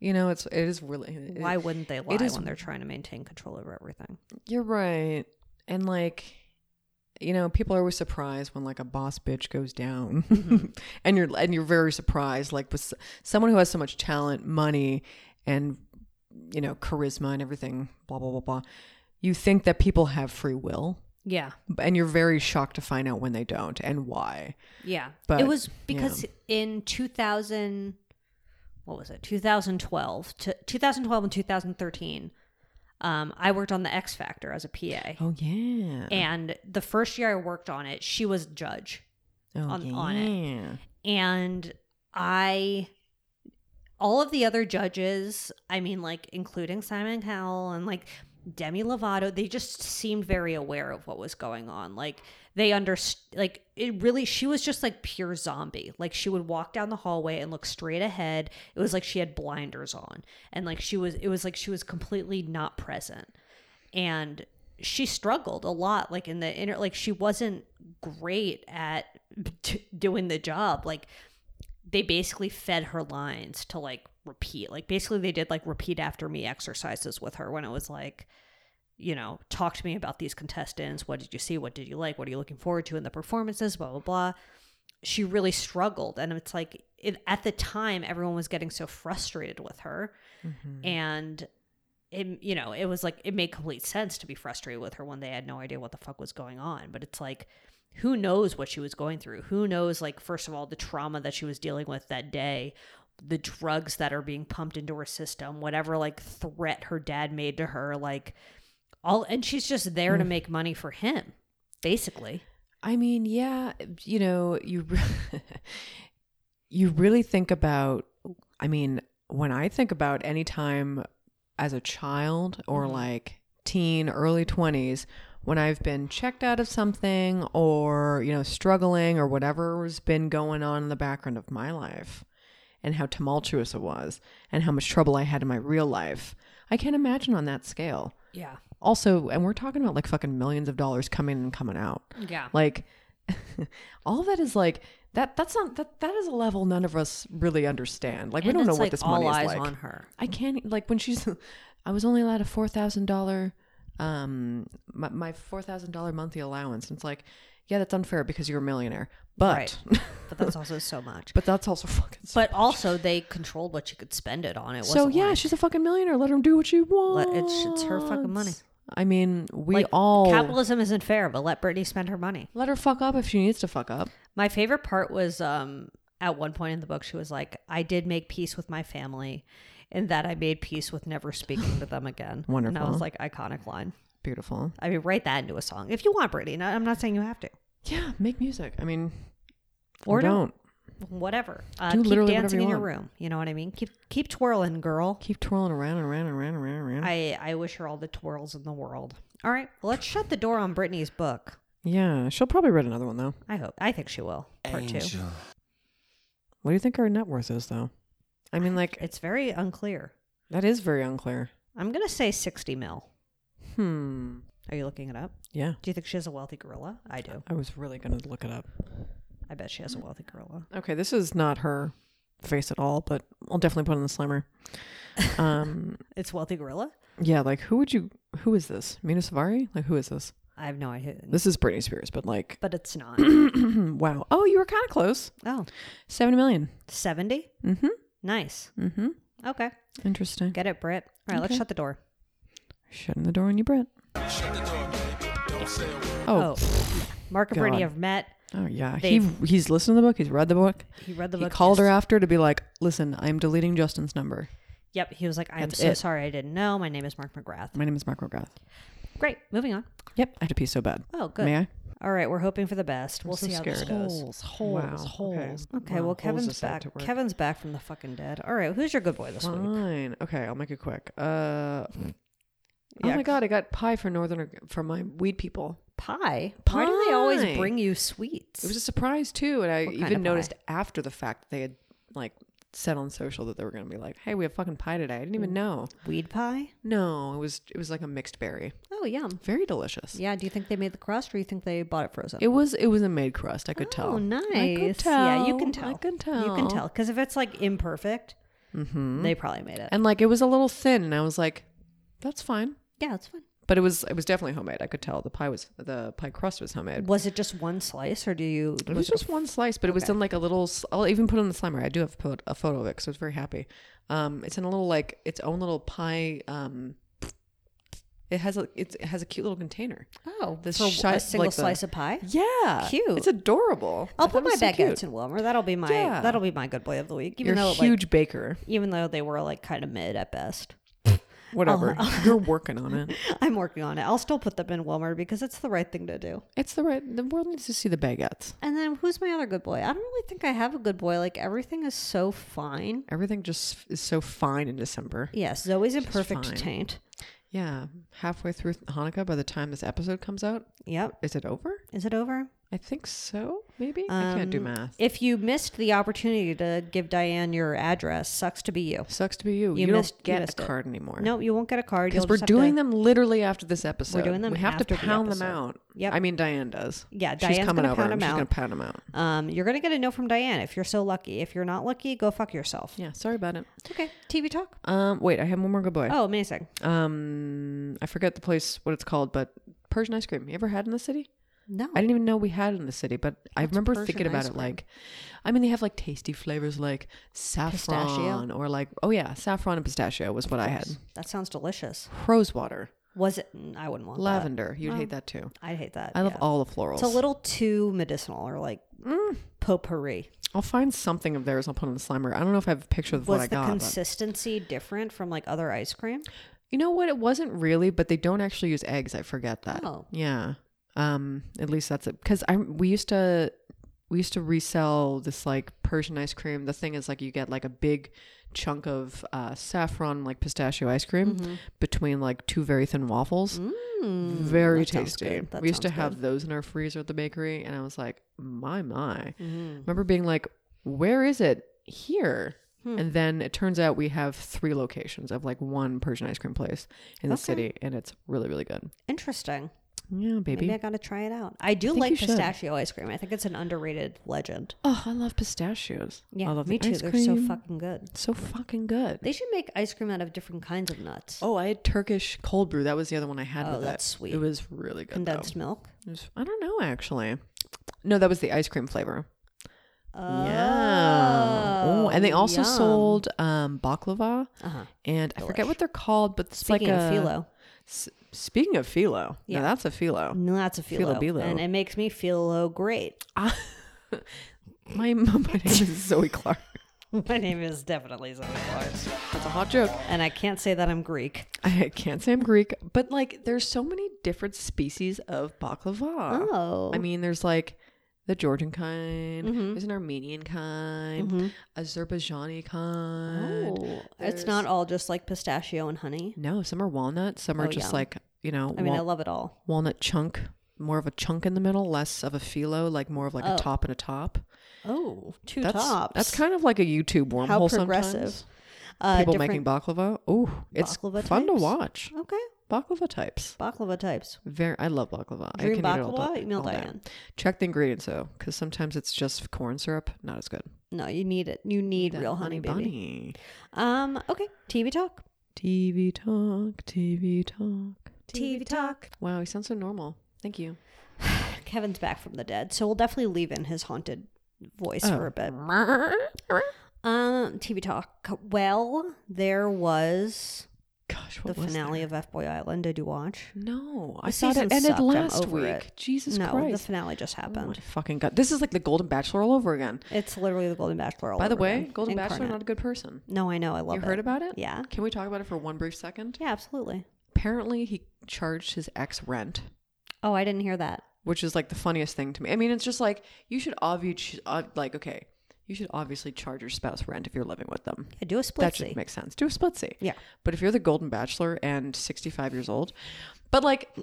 S3: You know, it's it is really it-
S2: Why wouldn't they lie
S3: is-
S2: when they're trying to maintain control over everything?
S3: You're right. And like you know, people are always surprised when like a boss bitch goes down,
S2: Mm-hmm.
S3: and you're and you're very surprised, like with s- someone who has so much talent, money, and you know, charisma and everything, blah blah blah blah. You think that people have free will,
S2: Yeah.
S3: and you're very shocked to find out when they don't and why.
S2: Yeah.
S3: But,
S2: it was because in 2000, what was it? 2012, to 2012 and 2013, um, I worked on the X Factor as a PA.
S3: Oh yeah,
S2: And the first year I worked on it, she was judge.
S3: oh,
S2: on- on And I, all of the other judges, I mean, like, including Simon Cowell and like Demi Lovato, they just seemed very aware of what was going on. Like, they understood, like, it really, she was just like pure zombie. Like, she would walk down the hallway and look straight ahead. It was like she had blinders on. And like, she was, it was like she was completely not present and she struggled a lot like in the inner like she wasn't great at t- doing the job like they basically fed her lines to like repeat like basically they did like repeat after me exercises with her when it was like you know talk to me about these contestants what did you see what did you like what are you looking forward to in the performances blah blah blah she really struggled and it's like it, at the time everyone was getting so frustrated with her and it you know it was like it made complete sense to be frustrated with her when they had no idea what the fuck was going on but it's like who knows what she was going through who knows like first of all the trauma that she was dealing with that day the drugs that are being pumped into her system whatever like threat her dad made to her like all and she's just there
S3: Mm.
S2: to make money for him basically
S3: I mean, yeah, you know, you re- you really think about I mean, when I think about any time as a child or like teen, early 20s, when I've been checked out of something or, you know, struggling or whatever's been going on in the background of my life and how tumultuous it was and how much trouble I had in my real life. I can't imagine on that scale.
S2: yeah
S3: Also, and we're talking about like fucking millions of dollars coming in and coming out
S2: yeah
S3: like all that is like that that's not that that is a level none of us really understand like we don't know what this money
S2: all
S3: is
S2: eyes
S3: like
S2: on her
S3: i can't e, like when she's i was only allowed a four thousand dollar um my, my four thousand dollar monthly allowance and it's like yeah that's unfair because you're a millionaire but
S2: Right. but that's also so much
S3: but that's also fucking so,
S2: But also, they controlled what she could spend it on. It
S3: so
S2: wasn't
S3: yeah
S2: like-
S3: she's a fucking millionaire let her do what she wants
S2: it's- it's her fucking money.
S3: i mean we
S2: like,
S3: all
S2: capitalism isn't fair. But let Britney spend her money.
S3: let her fuck up if she needs to fuck up
S2: My favorite part was um, at one point in the book, she was like, "I did make peace with my family, and that I made peace with never speaking to them again." And I
S3: Wonderful.
S2: was like, iconic line.
S3: beautiful
S2: I mean, write that into a song if you want, Britney. No, I'm not saying you have to,
S3: yeah make music i mean
S2: Or
S3: or don't
S2: whatever. Uh,
S3: Do
S2: keep
S3: literally whatever
S2: dancing
S3: you
S2: in your
S3: want.
S2: room. You know what I mean? Keep keep twirling, girl.
S3: keep twirling around and around and around and around and around.
S2: I I wish her all the twirls in the world. All right, let's shut the door on Britney's book.
S3: yeah, she'll probably read another one though.
S2: I hope. I think she will. Part two.
S3: What do you think her net worth is though? I mean, like
S2: It's very unclear.
S3: that is very unclear.
S2: I'm gonna say 60 mil.
S3: Hmm.
S2: Are you looking it up?
S3: Yeah,
S2: Do you think she has a wealthy gorilla? I do.
S3: I was really gonna look it up.
S2: I bet she has a wealthy gorilla.
S3: Okay, this is not her face at all, but I'll definitely put it in the slammer. Um.
S2: It's wealthy gorilla.
S3: yeah, like who would you? Who is this? Mina Savari? Like who is this?
S2: I have no idea,
S3: This is Britney Spears, but like,
S2: but it's not.
S3: wow. Oh, you were kind of close.
S2: oh,
S3: Seventy million.
S2: 70.
S3: Mm-hmm.
S2: Nice.
S3: Mm-hmm.
S2: Okay,
S3: Interesting.
S2: get it, Brit. All right, let's shut the door.
S3: Shutting the door on you, Brett.
S2: Oh,
S3: Oh,
S2: Mark and Brittany
S3: God.
S2: have met.
S3: Oh yeah, he
S2: They've-
S3: he's listened to the book. He's read the book.
S2: He read the
S3: He
S2: book.
S3: called her
S2: he's-
S3: after to be like, "Listen, I'm deleting Justin's number.
S2: Yep. He was like, "I am
S3: That's
S2: so
S3: it.
S2: sorry, I didn't know. My name is Mark McGrath."
S3: My name is Mark McGrath.
S2: Great. Moving on.
S3: Yep, I have to pee so bad.
S2: Oh, good.
S3: May I?
S2: All right, we're hoping for the best. we'll
S3: so
S2: see how this
S3: scared.
S2: goes.
S4: Holes, holes,
S3: Wow, okay.
S4: holes.
S2: Okay,
S3: Wow,
S2: well
S3: holes
S2: Kevin's
S3: just like
S2: back.
S3: to work.
S2: Kevin's back from the fucking dead. All right, who's your good boy this week?
S3: Fine. Okay, I'll make it quick. Uh,
S2: Yeah.
S3: Oh my god, I got pie for Northern for my weed people.
S2: Pie. Why do they
S3: Pie.
S2: always bring you sweets?
S3: It was a surprise too, and I
S2: What kind of
S3: even
S2: pie?
S3: noticed after the fact that they had like said on social that they were going to be like, "Hey, we have fucking pie today." I didn't even know.
S2: weed pie.
S3: No, it was it was like a mixed berry.
S2: Oh yum.
S3: Very delicious.
S2: Yeah. Do you think they made the crust, or you think they bought it frozen?
S3: It was it was a made crust. I could tell.
S2: Oh, nice.
S3: I could
S2: Yeah, you can tell.
S3: tell. I could
S2: You can
S3: tell. Mm-hmm.
S2: tell because if it's like imperfect, they probably made it.
S3: And like it was a little thin, and I was like, "That's fine."
S2: yeah, it's fine.
S3: But it was it was definitely homemade. I could tell the pie was the pie crust was homemade.
S2: Was it just one slice, or do you?
S3: It was just one slice, but it was in like a little. s- I'll even put it on the slimer. I do have put a photo of it because I was very happy. Um, it's in a little like its own little pie. Um, it has a it's, it has a cute little container.
S2: Oh,
S3: the
S2: for
S3: shi-
S2: a single
S3: like the-
S2: slice of pie.
S3: Yeah,
S2: Cute.
S3: It's adorable.
S2: I'll
S3: I
S2: put
S3: thought
S2: my
S3: it was so
S2: baguettes
S3: cute.
S2: in Wilmer. That'll be my
S3: Yeah.
S2: that'll be my good boy of the week. Even
S3: You're
S2: though
S3: a
S2: it, like,
S3: huge baker.
S2: even though they were like kind of mid at best.
S3: Whatever. You're working on it.
S2: I'm working on it. I'll still put them in Wilmer because it's the right thing to do.
S3: It's the right. The world needs to see the baguettes.
S2: And then who's my other good boy? I don't really think I have a good boy. Like everything is so fine.
S3: Everything just is so fine in December.
S2: Yes, Zoe's in perfect
S3: fine.
S2: taint.
S3: Yeah, halfway through Hanukkah. By the time this episode comes out,
S2: Yep.
S3: is it over?
S2: Is it over?
S3: I think so. Maybe I can't do
S2: Um,
S3: math.
S2: If you missed the opportunity to give Diane your address, sucks to be you.
S3: Sucks to be you.
S2: You
S3: You,
S2: missed- you
S3: don't get
S2: missed
S3: a
S2: it.
S3: card anymore.
S2: No, you won't get a card.
S3: because
S2: You'll
S3: we're
S2: just have
S3: doing
S2: to-
S3: them literally after this episode.
S2: doing them
S3: We have
S2: after
S3: to
S2: the
S3: pound them
S2: episode.
S3: out.
S2: Yep.
S3: I mean, Diane does.
S2: Yeah,
S3: She's
S2: Diane's
S3: coming
S2: gonna
S3: over.
S2: pound
S3: and
S2: them
S3: She's
S2: out.
S3: gonna pound them out.
S2: Um, you're gonna get a no from Diane if you're so lucky. If you're not lucky, go fuck yourself.
S3: Yeah. Sorry about it.
S2: Okay, TV talk.
S3: Um. Wait. I have one more good boy.
S2: Oh, amazing.
S3: Um. I forget the place what it's called, but Persian ice cream. You ever had in the city?
S2: No,
S3: I didn't even know we had it in the city, but I remember
S2: Persian
S3: thinking about
S2: ice
S3: it
S2: cream?
S3: like, I mean, they have like tasty flavors like saffron or like, oh yeah, saffron and pistachio was what I had.
S2: that sounds delicious.
S3: Rose water,
S2: Was it? mm, I wouldn't want that.
S3: lavender. You'd hate that too.
S2: I hate that.
S3: I love
S2: yeah.
S3: all Mm. the florals.
S2: It's a little too medicinal or like potpourri.
S3: I'll find something of theirs. I'll put on the slimer. I don't know if I have a picture of what I
S2: Was the
S3: got. but-
S2: consistency different from like other ice cream?
S3: You know what? It wasn't really, but they don't actually use eggs. I forget that.
S2: Oh.
S3: Yeah. Um. At least that's it. Because I we used to we used to resell this like Persian ice cream. The thing is like you get like a big chunk of uh, saffron like pistachio ice cream between like two very thin waffles. very
S2: Mm, that sounds
S3: tasty.
S2: good. That
S3: We used to
S2: sounds
S3: have those in our freezer at the bakery, and I was like, my my.
S2: Mm-hmm.
S3: Remember being like, where is it? Here.
S2: Hmm.
S3: And then it turns out we have three locations of like one Persian ice cream place in the city, and it's really, really good.
S2: Interesting.
S3: Yeah, baby.
S2: Maybe I gotta try it out. I do
S3: think
S2: like
S3: you should.
S2: pistachio ice cream. I think it's an underrated legend.
S3: oh, I love pistachios.
S2: Yeah,
S3: I love
S2: me
S3: the
S2: too.
S3: ice
S2: They're
S3: cream.
S2: so fucking good.
S3: so fucking good.
S2: They should make ice cream out of different kinds of nuts.
S3: Oh, I had Turkish cold brew. That was the other one I had.
S2: Oh,
S3: with it.
S2: that's sweet.
S3: It was really good. though.
S2: Condensed milk.
S3: It was- I don't know actually. No, that was the ice cream flavor.
S2: Oh,
S3: yeah. Oh, and they also
S2: yum.
S3: sold um, baklava,
S2: Uh-huh.
S3: and I forget what they're called, but it's
S2: Speaking
S3: like
S2: of
S3: a
S2: phyllo,
S3: S- speaking of phyllo, yeah,
S2: Yeah.
S3: that's a phyllo.
S2: no, that's a phyllo,
S3: phyllo.
S2: and it makes me phyllo great.
S3: Ah, my, my name is Zoe Clark.
S2: My name is definitely Zoe Clark,
S3: That's a hot joke.
S2: and I can't say that I'm Greek.
S3: I can't say I'm Greek, but like there's so many different species of baklava.
S2: Oh,
S3: I mean, there's like the Georgian kind, there's an Armenian kind, Azerbaijani kind.
S2: oh, it's not all just like pistachio and honey.
S3: No, some are walnut, some are
S2: Oh,
S3: just
S2: yeah.
S3: like, you know,
S2: I mean,
S3: wal-
S2: I love it all.
S3: walnut chunk, more of a chunk in the middle, less of a phyllo, like more of like a top and a top.
S2: Oh, two
S3: That's
S2: tops.
S3: that's kind of like a YouTube wormhole
S2: how progressive.
S3: sometimes.
S2: Uh,
S3: People
S2: different-
S3: making baklava. Oh, it's
S2: Baklava
S3: fun to
S2: types?
S3: watch.
S2: okay
S3: Baklava types.
S2: baklava types.
S3: Very, I love baklava. I
S2: Dream
S3: can eat it all
S2: baklava.
S3: day-
S2: Email
S3: all day.
S2: Diane.
S3: Check the ingredients though, because sometimes it's just corn syrup. Not as good.
S2: No, you need it. You need
S3: That
S2: real honey, baby.
S3: bunny.
S2: Um. Okay. TV talk.
S3: TV talk, TV talk.
S2: TV talk.
S3: Wow, he sounds so normal. Thank you.
S2: Kevin's back from the dead, so we'll definitely leave in his haunted voice for a bit.
S3: Oh.
S2: Um, TV talk. Well, there was
S3: Gosh,
S2: the
S3: what was
S2: finale of F Boy Island. Did you watch?
S3: that? No, I
S2: The
S3: thought
S2: season
S3: it ended
S2: sucked. I'm
S3: last
S2: over
S3: week.
S2: it.
S3: Jesus
S2: no, the
S3: Christ!
S2: finale just
S3: oh my
S2: happened.
S3: fucking god, this is like the Golden Bachelor all over again.
S2: it's literally the Golden Bachelor. all
S3: By the
S2: over
S3: way,
S2: again.
S3: Golden Bachelor
S2: Incarnate.
S3: not a good person.
S2: No, I know. I love
S3: you
S2: it.
S3: heard about it?
S2: Yeah.
S3: Can we talk about it for one brief second?
S2: Yeah, absolutely.
S3: Apparently, he charged his ex rent.
S2: Oh, I didn't hear that.
S3: which is like the funniest thing to me. I mean, it's just like you should obviously uh, like okay, you should obviously charge your spouse rent if you're living with them.
S2: I do a
S3: That
S2: split
S3: should
S2: seat.
S3: make sense. Do a splitsy.
S2: Yeah.
S3: But if you're the golden bachelor and 65 years old, but like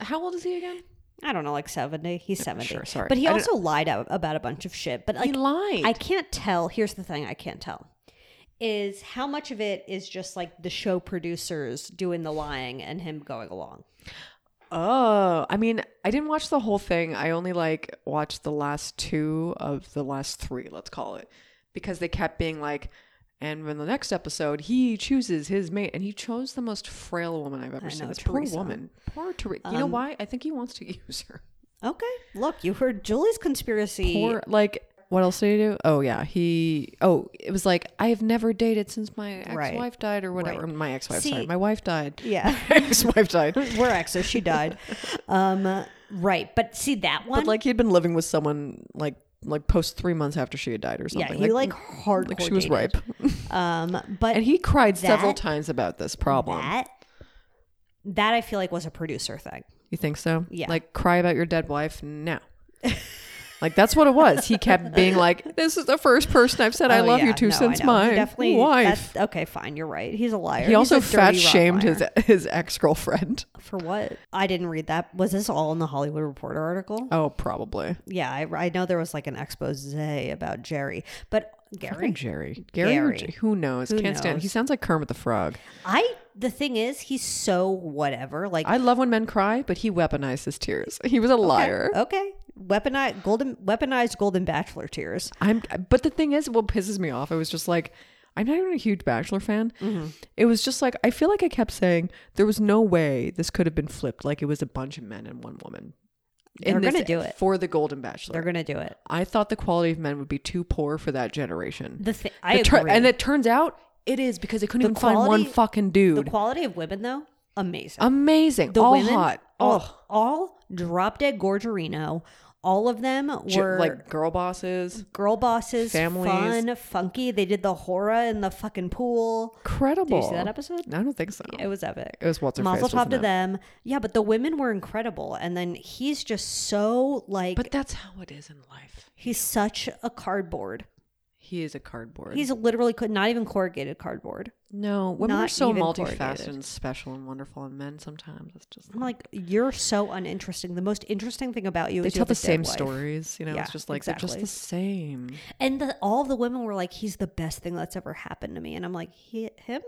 S3: how old is he again?
S2: I don't know, like seventy. He's seventy.
S3: sure, sorry.
S2: But he
S3: I don't-
S2: also lied ab- about a bunch of shit. But like,
S3: he lied.
S2: I can't tell. Here's the thing I can't tell is how much of it is just like the show producers doing the lying and him going along.
S3: oh, I mean, I didn't watch the whole thing. I only like watched the last two of the last three, let's call it, because they kept being like And in the next episode, he chooses his mate, and he chose the most frail woman I've ever
S2: I
S3: seen.
S2: know,
S3: This
S2: Teresa. Um,
S3: poor woman. Poor Teresa. you know why? I think he wants to use her.
S2: Okay. Look, you heard Julie's conspiracy.
S3: Poor, like, what else did he do? Oh, yeah. He, oh, it was like, I have never dated since my ex
S2: Right.
S3: wife died or whatever.
S2: Right.
S3: My ex wife,
S2: See-
S3: sorry. My wife died.
S2: Yeah.
S3: ex wife died.
S2: We're exes. She died. um, right. But see that one.
S3: But like he'd been living with someone like like post three months after she had died or
S2: yeah,
S3: something.
S2: he like, hardcore.
S3: like she was
S2: dated.
S3: ripe.
S2: Um, but
S3: And he cried several
S2: That-
S3: times about this problem.
S2: that that I feel like was a producer thing.
S3: You think so?
S2: Yeah.
S3: Like cry about your dead wife now. like that's what it was. He kept being like, "This is the first person I've said I
S2: Oh,
S3: love you
S2: yeah. No,
S3: to
S2: I
S3: since
S2: know. He
S3: my
S2: definitely,
S3: wife."
S2: that's- Okay, fine. You're right. He's a liar.
S3: He also fat
S2: fat
S3: shamed his his ex girlfriend.
S2: for what? I didn't read that. Was this all in the Hollywood Reporter article?
S3: Oh, probably.
S2: Yeah, I, I know there was like an expose about Jerry, but
S3: I
S2: Gary,
S3: think Jerry. Gary. or
S2: Gary.
S3: J- who knows? Can't stand. He
S2: knows?
S3: sounds like Kermit the Frog.
S2: I the thing is, he's so whatever. Like
S3: I love when men cry, but he weaponized his tears. He was a liar.
S2: okay, weaponized golden weaponized golden bachelor tears.
S3: I'm, but the thing is, what pisses me off, I was just like, I'm not even a huge Bachelor fan.
S2: Mm-hmm.
S3: It was just like, I feel like I kept saying there was no way this could have been flipped. Like it was a bunch of men and one woman. In
S2: They're
S3: this-
S2: gonna do it.
S3: for the Golden Bachelor.
S2: They're gonna do it.
S3: I thought the quality of men would be too poor for that generation.
S2: The thi- I
S3: It tur-
S2: agree.
S3: and it turns out it is because they couldn't
S2: The
S3: even find one
S2: quality-
S3: fucking dude.
S2: the quality of women though, amazing.
S3: Amazing,
S2: the
S3: all
S2: women,
S3: hot, oh,
S2: all, all drop dead gorgerino. All of them
S3: j-
S2: were
S3: like girl bosses,
S2: girl bosses,
S3: families.
S2: fun, funky. They did the horror in the fucking pool.
S3: incredible.
S2: Did you see that episode?
S3: I don't think so.
S2: It was epic.
S3: It was what's her face,
S2: Mazel tov
S3: wasn't
S2: to
S3: it?
S2: them. Yeah, but the women were incredible, and then he's just so like
S3: But that's how it is in life.
S2: he's such a cardboard.
S3: He is a cardboard.
S2: He's literally co- not even corrugated cardboard.
S3: no women are
S2: not
S3: so
S2: even
S3: multifaceted
S2: corrugated.
S3: and special and wonderful, and men sometimes it's just
S2: I'm like, you're so uninteresting. The most interesting thing about you
S3: they
S2: is you
S3: tell
S2: have a
S3: the same
S2: dead wife.
S3: stories. You know,
S2: Yeah,
S3: it's just like they're just
S2: exactly.
S3: the same.
S2: And the, all the women were like, "He's the best thing that's ever happened to me," and I'm like, he, "Him?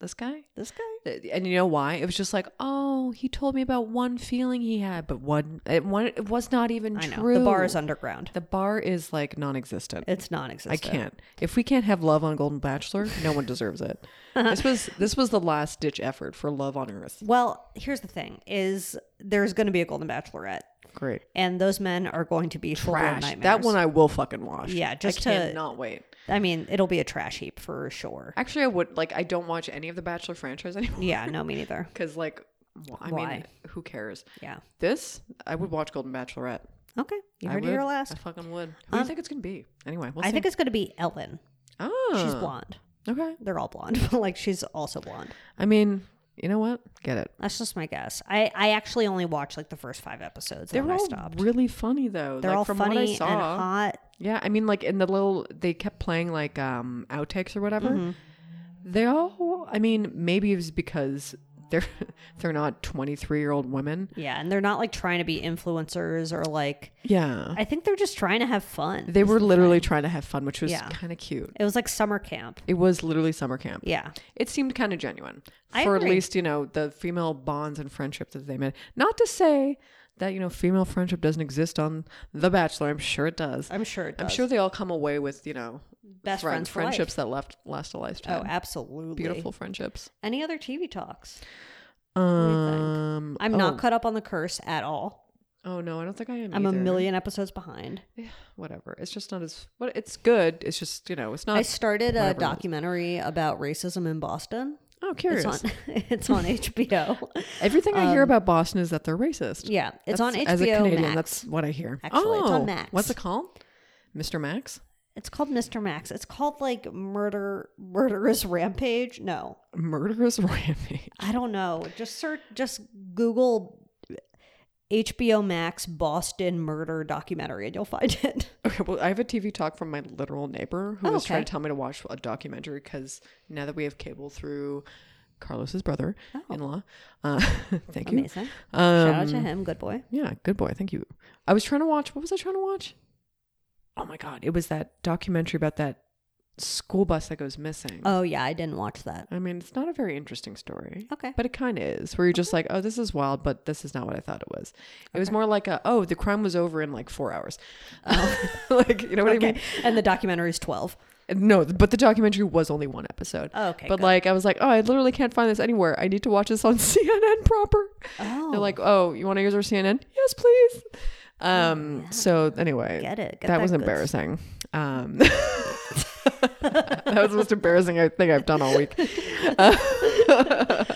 S3: This guy. Uh,
S2: This guy?"
S3: And you know why? It was just like, oh, he told me about one feeling he had, but one, it, one, it was not even
S2: I know.
S3: true.
S2: The bar is underground.
S3: the bar is like non-existent.
S2: It's
S3: I
S2: non-existent.
S3: can't. If we can't have love on Golden Bachelor, no one deserves it. This was this was the last ditch effort for love on Earth.
S2: Well, here's the thing: is there's going to be a Golden Bachelorette,
S3: Great.
S2: and those men are going to be trash.
S3: Trash. That one I will fucking watch.
S2: Yeah, just
S3: I
S2: to-
S3: cannot wait.
S2: I mean, it'll be a trash heap for sure.
S3: Actually, I would like. I don't watch any of the Bachelor franchise anymore.
S2: Yeah, no, me neither.
S3: because like, wh- I mean,
S2: Why?
S3: who cares?
S2: Yeah.
S3: This I would watch Golden Bachelorette.
S2: Okay. You
S3: I
S2: heard it here
S3: would.
S2: last. Um,
S3: I fucking would. Who do you think it's gonna be? Anyway, we'll
S2: I
S3: see.
S2: think it's going to be Ellen.
S3: oh,
S2: She's blonde.
S3: Okay.
S2: They're all blonde. but, like, she's also blonde.
S3: I mean, you know what? Get it.
S2: That's just my guess. I, I actually only watched like the first five episodes.
S3: They're
S2: and then
S3: all
S2: I stopped.
S3: really funny though.
S2: They're
S3: like,
S2: all
S3: from
S2: funny
S3: what I saw,
S2: and hot.
S3: Yeah, I mean, like in the little, they kept playing like um outtakes or whatever.
S2: Mm-hmm.
S3: They all, I mean, maybe it was because they're they're not twenty three year old women.
S2: Yeah. And they're not like trying to be influencers or like,
S3: Yeah,
S2: I think they're just trying to have fun.
S3: they were literally trying to have fun, which was
S2: Yeah.
S3: kind of cute.
S2: it was like summer camp.
S3: It was literally summer camp.
S2: Yeah.
S3: It seemed kind of genuine
S2: I
S3: for at
S2: agree.
S3: least you know the female bonds and friendship that they made. Not to say that you know female friendship doesn't exist on The Bachelor. I'm sure it does.
S2: I'm sure it does.
S3: I'm sure they all come away with you know
S2: Best
S3: friend-
S2: friends for life.
S3: friendships that left last a
S2: Oh,
S3: lifetime.
S2: absolutely.
S3: Beautiful friendships.
S2: Any other TV talks?
S3: Um,
S2: I'm
S3: oh,
S2: not caught up on the curse at all.
S3: Oh no, I don't think I am.
S2: I'm
S3: either.
S2: a million episodes behind.
S3: Yeah, whatever. It's just not as. What it's good. It's just you know. It's not.
S2: I started a
S3: whatever.
S2: documentary about racism in Boston.
S3: oh,
S2: It's
S3: curious.
S2: on, it's on HBO.
S3: Everything I
S2: Um,
S3: hear about Boston is that they're racist.
S2: Yeah, it's on HBO
S3: As a Canadian,
S2: Max.
S3: that's what I hear.
S2: Actually,
S3: oh,
S2: it's on Max.
S3: What's it called? Mr. Max.
S2: It's called Mr. Max. It's called like Murder Murderous Rampage. No,
S3: Murderous Rampage.
S2: I don't know. Just search. Just Google HBO Max Boston murder documentary, and you'll find it.
S3: Okay, well, I have a TV talk from my literal neighbor who
S2: Oh,
S3: was trying
S2: okay.
S3: to tell me to watch a documentary because now that we have cable through Carlos's brother in law, uh, thank you.
S2: Oh. Amazing. Shout out to
S3: Um,
S2: him, good boy.
S3: Yeah, good boy. Thank you. I was trying to watch. What was I trying to watch? Oh my god, it was that documentary about that school bus that goes missing.
S2: Oh yeah, I didn't watch that.
S3: I mean, it's not a very interesting story.
S2: Okay.
S3: But it kind of is, where you're just like, oh, this is wild, but this is not what I thought it was. It was more like a, oh, the crime was over in like four hours. like, you know what I mean?
S2: Oh. Okay. And the documentary is twelve.
S3: No, but the documentary was only one episode.
S2: Oh, okay,
S3: But
S2: good.
S3: like, I was like, oh, I literally can't find this anywhere. I need to watch this on CNN proper.
S2: Oh.
S3: They're like, oh, you want to use our CNN? Yes, please. Um. So anyway,
S2: Get it. Get
S3: that
S2: that
S3: was
S2: goods.
S3: embarrassing. Um. that was the most embarrassing I think I've done all week.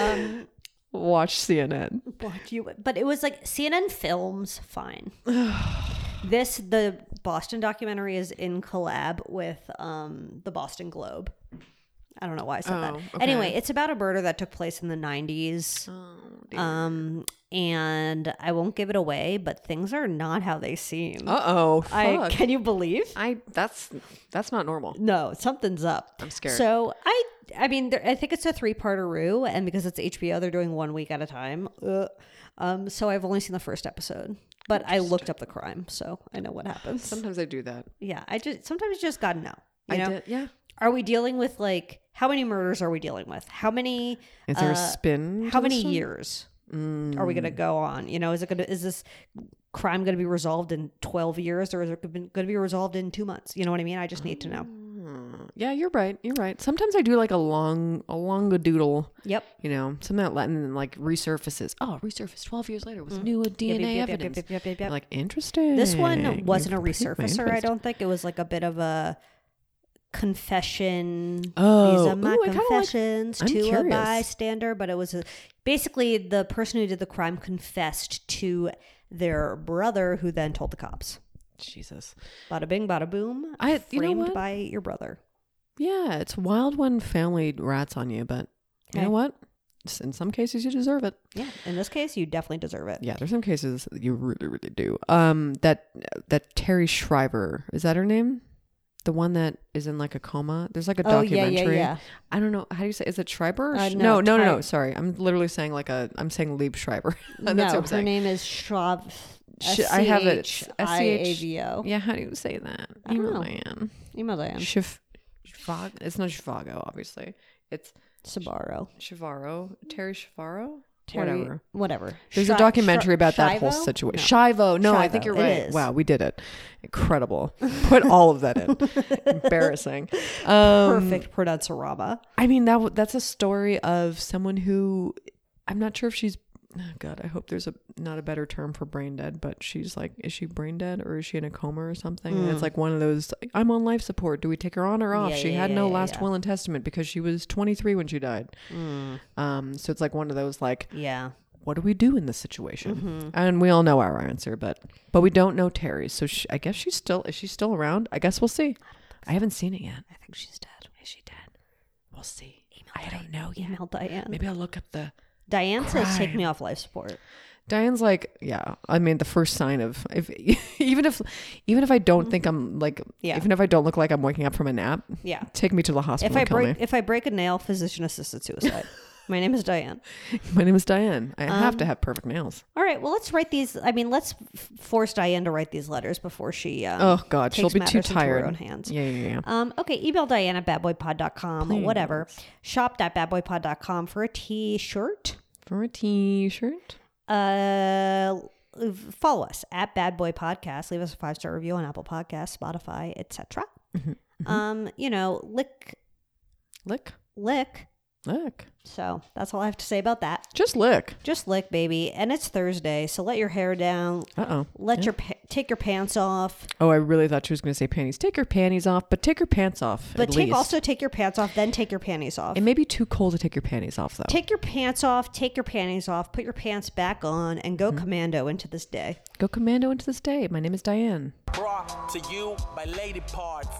S2: Um,
S3: Watch CNN.
S2: what you? But it was like CNN films. Fine. this the Boston documentary is in collab with um the Boston Globe. I don't know why I said that.
S3: Oh, okay. Oh,
S2: Anyway, it's about a murder that took place in the nineties. um, and I won't give it away, but things are not how they seem.
S3: Uh oh.
S2: I
S3: Fuck.
S2: can you believe?
S3: I. That's that's not normal.
S2: No, something's up. I'm
S3: scared.
S2: So I, I mean, there, I think it's a three-parteroo, and because it's HBO, they're doing one week at a time. Ugh. Um, so I've only seen the first episode, but I looked up the crime, so I know what happens.
S3: Sometimes I do that.
S2: yeah, I just sometimes you just gotta know. You know,
S3: I did. Yeah.
S2: are we dealing with like how many murders are we dealing with? How many?
S3: Is there
S2: uh,
S3: a spin?
S2: how
S3: to this
S2: many
S3: one?
S2: years are we going
S3: Mm.
S2: to go on you know is it going to is this crime going to be resolved in 12 years or is it going to be resolved in two months you know what i mean i just need to know
S3: Mm. Yeah, you're right. You're right. Sometimes I do like a long, a long doodle.
S2: yep
S3: You know, some of that Latin like resurfaces. Oh, resurfaced twelve years later with new DNA
S2: Mm-hmm. yep, yep, yep,
S3: evidence.
S2: yep, yep, yep, yep.
S3: Like interesting.
S2: this one
S3: You've
S2: wasn't a
S3: piqued my
S2: resurfacer i
S3: interest.
S2: don't think it was like a bit of a confession
S3: Oh,
S2: these are my
S3: ooh, I kinda like-
S2: confessions
S3: I'm
S2: to a
S3: curious.
S2: bystander but it was a, basically the person who did the crime confessed to their brother who then told the cops
S3: Jesus.
S2: Bada bing, bada boom.
S3: I- you know
S2: framed
S3: what?
S2: by your brother.
S3: Yeah, it's wild when family rats on you, but you
S2: Okay.
S3: know what? S- In some cases, you deserve it.
S2: Yeah. In this case, you definitely deserve it.
S3: Yeah, there's some cases that you really, really do. Um, that that Terry Shriver is that her name? The one that is in like a coma. There's like a
S2: Oh, yeah, yeah,
S3: documentary.
S2: yeah.
S3: I don't know how do you say. Is it Shriver? Or
S2: Uh,
S3: Sh-
S2: no,
S3: no, no, no,
S2: Ty-
S3: no, Sorry, I'm literally saying like a. I'm saying Lieb Shriver. That's
S2: no,
S3: what I'm
S2: her
S3: saying.
S2: name is Shrav.
S3: Sh- I have it. It's
S2: S-C-H-I-A-V-O.
S3: Yeah, how do you say that?
S2: I don't
S3: Email
S2: know.
S3: man.
S2: Email Diane.
S3: Shif- Shvag- It's not Shivago, obviously. It's
S2: Sabaro.
S3: Shivaro. Terry Shivaro.
S2: Terry-
S3: Whatever.
S2: Whatever.
S3: There's
S2: Shri-
S3: a documentary
S2: Shri-
S3: about that whole
S2: Shrivo?
S3: situation.
S2: No.
S3: Shivo. No, I think
S2: Shivo,
S3: you're
S2: it
S3: right.
S2: is.
S3: Wow, we did it. Incredible. Put all of that in. Embarrassing. Um,
S2: Perfect pronunciarama.
S3: I mean, that w- that's a story of someone who I'm not sure if she's. Oh God, I hope there's a not a better term for brain dead, but she's like, is she brain dead or is she in a coma or something? And it's like one of those. like, I'm on life support. Do we take her on or
S2: Hmm.
S3: off?
S2: Yeah,
S3: she
S2: yeah,
S3: had
S2: yeah,
S3: no
S2: yeah,
S3: last
S2: yeah. Hmm.
S3: will and testament because she was 23 when she died. Um, so it's like one of those like
S2: Yeah.
S3: what do we do in this situation?
S2: Mm-hmm.
S3: And we all know our answer, but but we don't know Terry. So she, I guess she's still is she still around? I guess we'll see. I haven't seen it yet.
S2: I think she's dead. Is she dead?
S3: We'll see. I don't know yet.
S2: Email Diane.
S3: Maybe I'll look up the.
S2: Diane says, take me off life support.
S3: Diane's like, yeah. I mean, the first sign of if even if even if I don't think I'm like
S2: Mm-hmm. Yeah.
S3: even if I don't look like I'm waking up from a nap,
S2: Yeah.
S3: take me to the
S2: If
S3: hospital.
S2: I
S3: and kill
S2: break
S3: me.
S2: if I break a nail, physician assisted suicide. My name is Diane.
S3: My name is Diane. I have
S2: Um,
S3: to have perfect nails.
S2: All right, well, let's write these. I mean, let's f- force Diane to write these letters before she. Um,
S3: Oh God, she'll
S2: takes
S3: be too
S2: matters into her
S3: tired.
S2: own hands.
S3: Yeah, yeah, yeah.
S2: Um, okay, email Diane at badboypod.com, whatever. Shop.badboypod.com for a t shirt.
S3: For a T-shirt.
S2: Uh, follow us at Bad Boy Podcast. Leave us a five star review on Apple Podcasts, Spotify, etc.
S3: Mm-hmm,
S2: Um, you know, lick,
S3: Lick,
S2: lick.
S3: lick.
S2: So that's all I have to say about that.
S3: Just lick.
S2: Just lick, baby. And it's Thursday, so let your hair down.
S3: Uh oh.
S2: Let your pa- take your pants off,
S3: Oh, I really thought she was going to say panties. Take your panties off, but take your pants off.
S2: but
S3: at
S2: take
S3: least.
S2: also take your pants off, then take your panties off.
S3: It may be too cold to take your panties off, though.
S2: Take your pants off, take your panties off, put your pants back on, and
S3: Mm-hmm.
S2: go commando into this day.
S3: Go commando into this day. My name is Diane.
S1: Brought to you by Lady Parts.